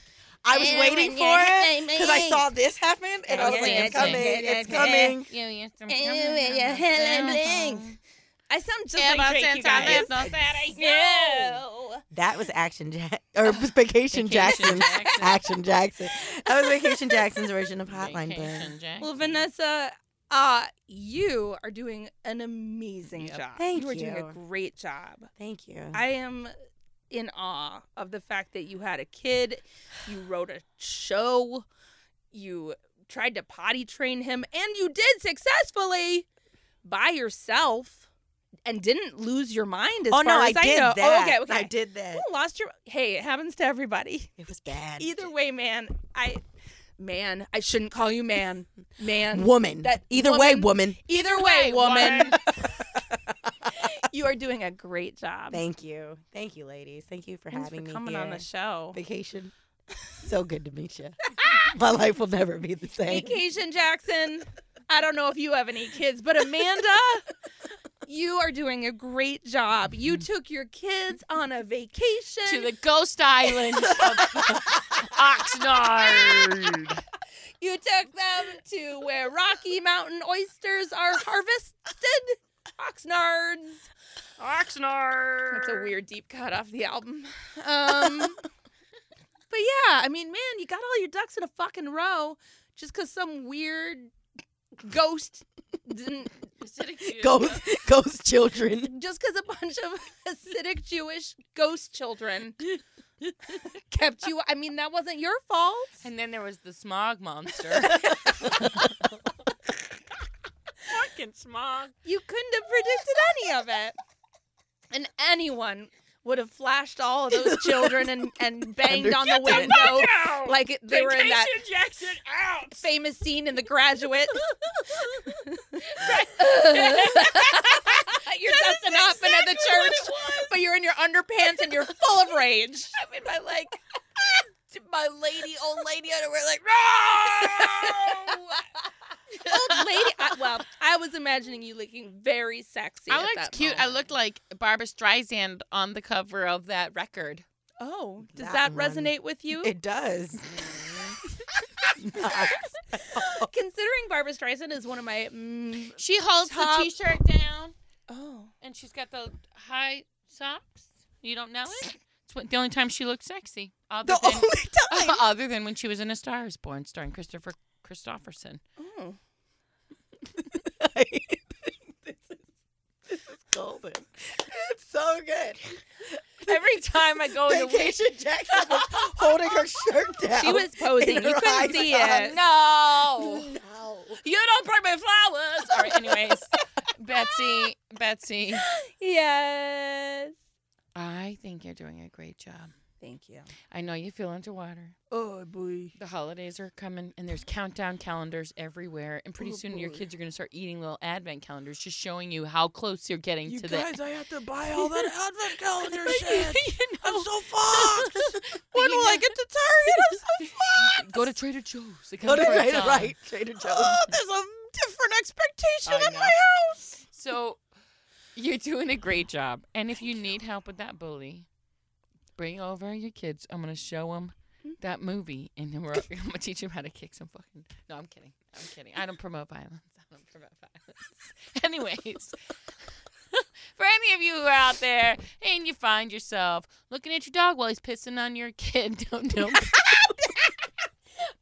[SPEAKER 4] I was waiting for it because I saw this happen and I was like, it's coming, it's coming.
[SPEAKER 5] Yeah, yeah.
[SPEAKER 2] yeah, yeah, yeah, yeah, yeah. I sound just
[SPEAKER 3] Ever
[SPEAKER 2] like Drake, you
[SPEAKER 3] since I
[SPEAKER 2] guys.
[SPEAKER 3] left on Saturday.
[SPEAKER 2] No.
[SPEAKER 4] That was Action Jack or was Vacation, Jackson's
[SPEAKER 3] Jackson.
[SPEAKER 4] Action Jackson. That was Vacation Jackson's version of Hotline
[SPEAKER 3] Vacation
[SPEAKER 4] Bling.
[SPEAKER 3] Jack.
[SPEAKER 2] Well, Vanessa, uh, you are doing an amazing
[SPEAKER 3] Yep.
[SPEAKER 2] job.
[SPEAKER 4] Thank
[SPEAKER 2] you. are doing
[SPEAKER 4] you.
[SPEAKER 2] a great job.
[SPEAKER 4] Thank you.
[SPEAKER 2] I am in awe of the fact that you had a kid, you wrote a show, you tried to potty train him, and you did successfully by yourself and didn't lose your mind as far
[SPEAKER 4] oh no, I
[SPEAKER 2] as I
[SPEAKER 4] did
[SPEAKER 2] know.
[SPEAKER 4] that.
[SPEAKER 2] Oh, okay, okay.
[SPEAKER 4] I did that.
[SPEAKER 2] You lost your Hey, it happens to everybody.
[SPEAKER 4] It was bad.
[SPEAKER 2] Either way, man, I man, I shouldn't call you man. Man.
[SPEAKER 4] woman.
[SPEAKER 2] That
[SPEAKER 4] Either way,
[SPEAKER 2] woman-
[SPEAKER 4] woman.
[SPEAKER 2] Either way, woman, you are doing a great job.
[SPEAKER 4] Thank you. Thank you, ladies. Thank you for
[SPEAKER 2] Thanks for
[SPEAKER 4] having
[SPEAKER 2] coming
[SPEAKER 4] me here.
[SPEAKER 2] on the show.
[SPEAKER 4] Vacation. So good to meet you. My life will never be the same.
[SPEAKER 2] Vacation Jackson. I don't know if you have any kids, but Amanda, you are doing a great job. You took your kids on a vacation.
[SPEAKER 3] to the ghost island of Oxnard.
[SPEAKER 2] you took them to where Rocky Mountain oysters are harvested. Oxnards.
[SPEAKER 3] Oxnard.
[SPEAKER 2] That's a weird deep cut off the album. Um, but yeah, I mean, man, you got all your ducks in a fucking row just because some weird ghost didn't
[SPEAKER 4] Ghost, ghost children.
[SPEAKER 2] just because a bunch of Hasidic Jewish ghost children kept you. I mean, that wasn't your fault.
[SPEAKER 3] And then there was the smog monster. Fucking smog.
[SPEAKER 2] You couldn't have predicted any of it. And anyone would have flashed all of those children and, and banged on the
[SPEAKER 4] Understood.
[SPEAKER 2] window like it- they were in that
[SPEAKER 3] Jackson out.
[SPEAKER 2] famous scene in The Graduate. you're dusting off and at the church, but you're in your underpants and you're full of rage.
[SPEAKER 3] I'm in my like my lady, old lady underwear, like no.
[SPEAKER 2] old lady. I, well, I was imagining you looking very sexy.
[SPEAKER 3] I
[SPEAKER 2] at
[SPEAKER 3] looked
[SPEAKER 2] that
[SPEAKER 3] cute. I
[SPEAKER 2] moment.
[SPEAKER 3] looked like Barbara Streisand on the cover of that record.
[SPEAKER 2] Oh, does
[SPEAKER 4] That
[SPEAKER 2] that,
[SPEAKER 4] one.
[SPEAKER 2] resonate with you?
[SPEAKER 4] It does.
[SPEAKER 3] Mm-hmm.
[SPEAKER 2] Considering Barbara Streisand is one of my. Mm,
[SPEAKER 3] She holds
[SPEAKER 2] Top-
[SPEAKER 3] the t-shirt down,
[SPEAKER 2] oh,
[SPEAKER 3] and she's got the high socks. You don't know it. It's what, the only time she looked sexy. Other
[SPEAKER 4] the
[SPEAKER 3] than,
[SPEAKER 4] only time.
[SPEAKER 3] other than when she was in A Star Is Born, starring Christopher Christopherson.
[SPEAKER 2] oh,
[SPEAKER 4] this is this is golden. It's so good.
[SPEAKER 3] Every time I go to
[SPEAKER 4] Vacation Jackson was holding her shirt down.
[SPEAKER 2] she was posing.
[SPEAKER 4] her
[SPEAKER 2] You
[SPEAKER 4] eyes
[SPEAKER 2] couldn't see
[SPEAKER 4] on-
[SPEAKER 2] it.
[SPEAKER 3] no.
[SPEAKER 4] No.
[SPEAKER 3] You don't bring me flowers. All right, anyways, Betsy, Betsy,
[SPEAKER 2] Yes.
[SPEAKER 3] I think you're doing a great job.
[SPEAKER 2] Thank you.
[SPEAKER 3] I know you feel underwater.
[SPEAKER 6] Oh boy.
[SPEAKER 3] The holidays are coming, and there's countdown calendars everywhere. And pretty
[SPEAKER 6] Oh,
[SPEAKER 3] soon, your
[SPEAKER 6] boy.
[SPEAKER 3] kids are going to start eating little advent calendars, just showing you how close you're getting
[SPEAKER 6] You
[SPEAKER 3] to
[SPEAKER 6] guys,
[SPEAKER 3] the.
[SPEAKER 6] I have to buy all that advent calendar shit.
[SPEAKER 3] You
[SPEAKER 6] I'm
[SPEAKER 3] know,
[SPEAKER 6] so fucked. when
[SPEAKER 3] You
[SPEAKER 6] will I
[SPEAKER 3] know-
[SPEAKER 6] get to Target? I'm so
[SPEAKER 3] go to Trader Joe's. It
[SPEAKER 4] Go
[SPEAKER 3] comes
[SPEAKER 4] to
[SPEAKER 3] before it's
[SPEAKER 4] Trader,
[SPEAKER 3] on.
[SPEAKER 4] right, Trader Joe's.
[SPEAKER 6] Oh, there's a different expectation
[SPEAKER 3] I
[SPEAKER 6] in
[SPEAKER 3] know.
[SPEAKER 6] my house.
[SPEAKER 3] So, you're doing a great job. And if you need help with that bully, bring over your kids. I'm gonna show them that movie, and then we're, I'm gonna teach them how to kick some fucking. No, I'm kidding. I'm kidding. I don't promote violence. I don't promote violence. Anyways. For any of you who are out there and you find yourself looking at your dog while he's pissing on your kid, don't do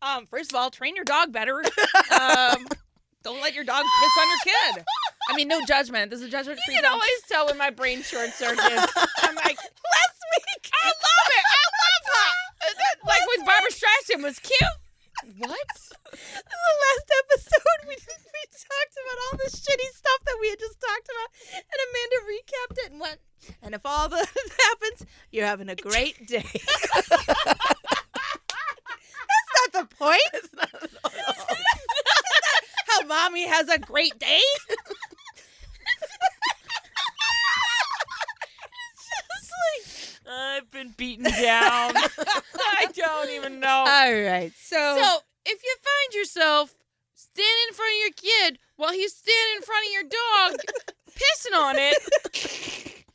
[SPEAKER 2] Um, first of all, train your dog better. Um, don't let your dog piss on your kid. I mean, no judgment. This is judgment free.
[SPEAKER 3] You can always tell when my brain short circuits. I'm like,
[SPEAKER 2] last week.
[SPEAKER 3] I love it. I love her. Is it- Like with Barbara Streisand was cute. What?
[SPEAKER 2] In the last episode, we, we talked about all the shitty stuff that we had just talked about, and Amanda recapped it and went, and if all this happens, you're having a great day. That's not the point. How mommy has a great day.
[SPEAKER 3] I've been beaten down. I don't even know.
[SPEAKER 6] All right.
[SPEAKER 3] so if you find yourself standing in front of your kid while he's standing in front of your dog, pissing on it,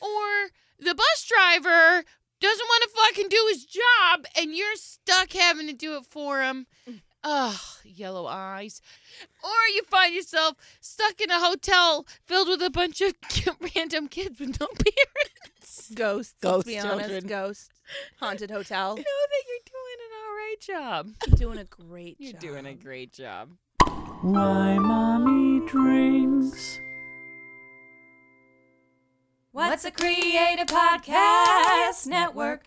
[SPEAKER 3] or the bus driver doesn't
[SPEAKER 5] Mm.
[SPEAKER 3] want to fucking do his job and you're stuck having to do it for him, oh, yellow eyes. Or you find yourself stuck in a hotel filled with a bunch of random kids with no parents.
[SPEAKER 2] Ghosts.
[SPEAKER 1] Ghost
[SPEAKER 2] let's be
[SPEAKER 1] children.
[SPEAKER 2] honest. Ghosts. Haunted hotel.
[SPEAKER 5] know that you're doing an all right job.
[SPEAKER 2] doing a great
[SPEAKER 5] You're
[SPEAKER 2] job.
[SPEAKER 5] doing a great job.
[SPEAKER 7] Why mommy drinks.
[SPEAKER 8] What's a Creative Podcast Network?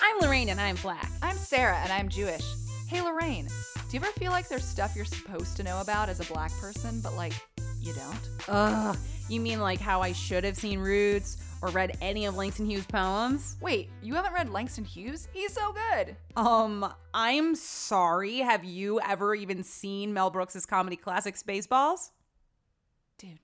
[SPEAKER 8] I'm Lorraine and I'm black.
[SPEAKER 9] I'm Sarah and I'm Jewish. Hey Lorraine, do you ever feel like there's stuff you're supposed to know about as a black person, but like you don't?
[SPEAKER 8] Ugh, you mean like how I should have seen Roots or read any of Langston Hughes' poems?
[SPEAKER 9] Wait, you haven't read Langston Hughes? He's so good.
[SPEAKER 8] Um, I'm sorry. Have you ever even seen Mel Brooks' comedy classic Spaceballs?
[SPEAKER 9] Dude,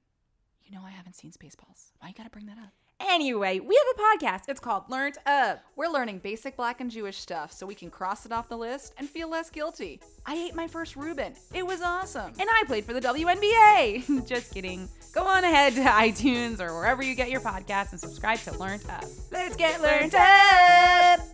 [SPEAKER 9] you know I haven't seen Spaceballs. Why you gotta bring that up?
[SPEAKER 8] Anyway, we have a podcast. It's called Learned Up.
[SPEAKER 9] We're learning basic black and Jewish stuff so we can cross it off the list and feel less guilty. I ate my first Reuben. It was awesome.
[SPEAKER 8] And I played for the WNBA. Just kidding. Go on ahead to iTunes or wherever you get your podcasts and subscribe to Learned Up. Let's get learned up.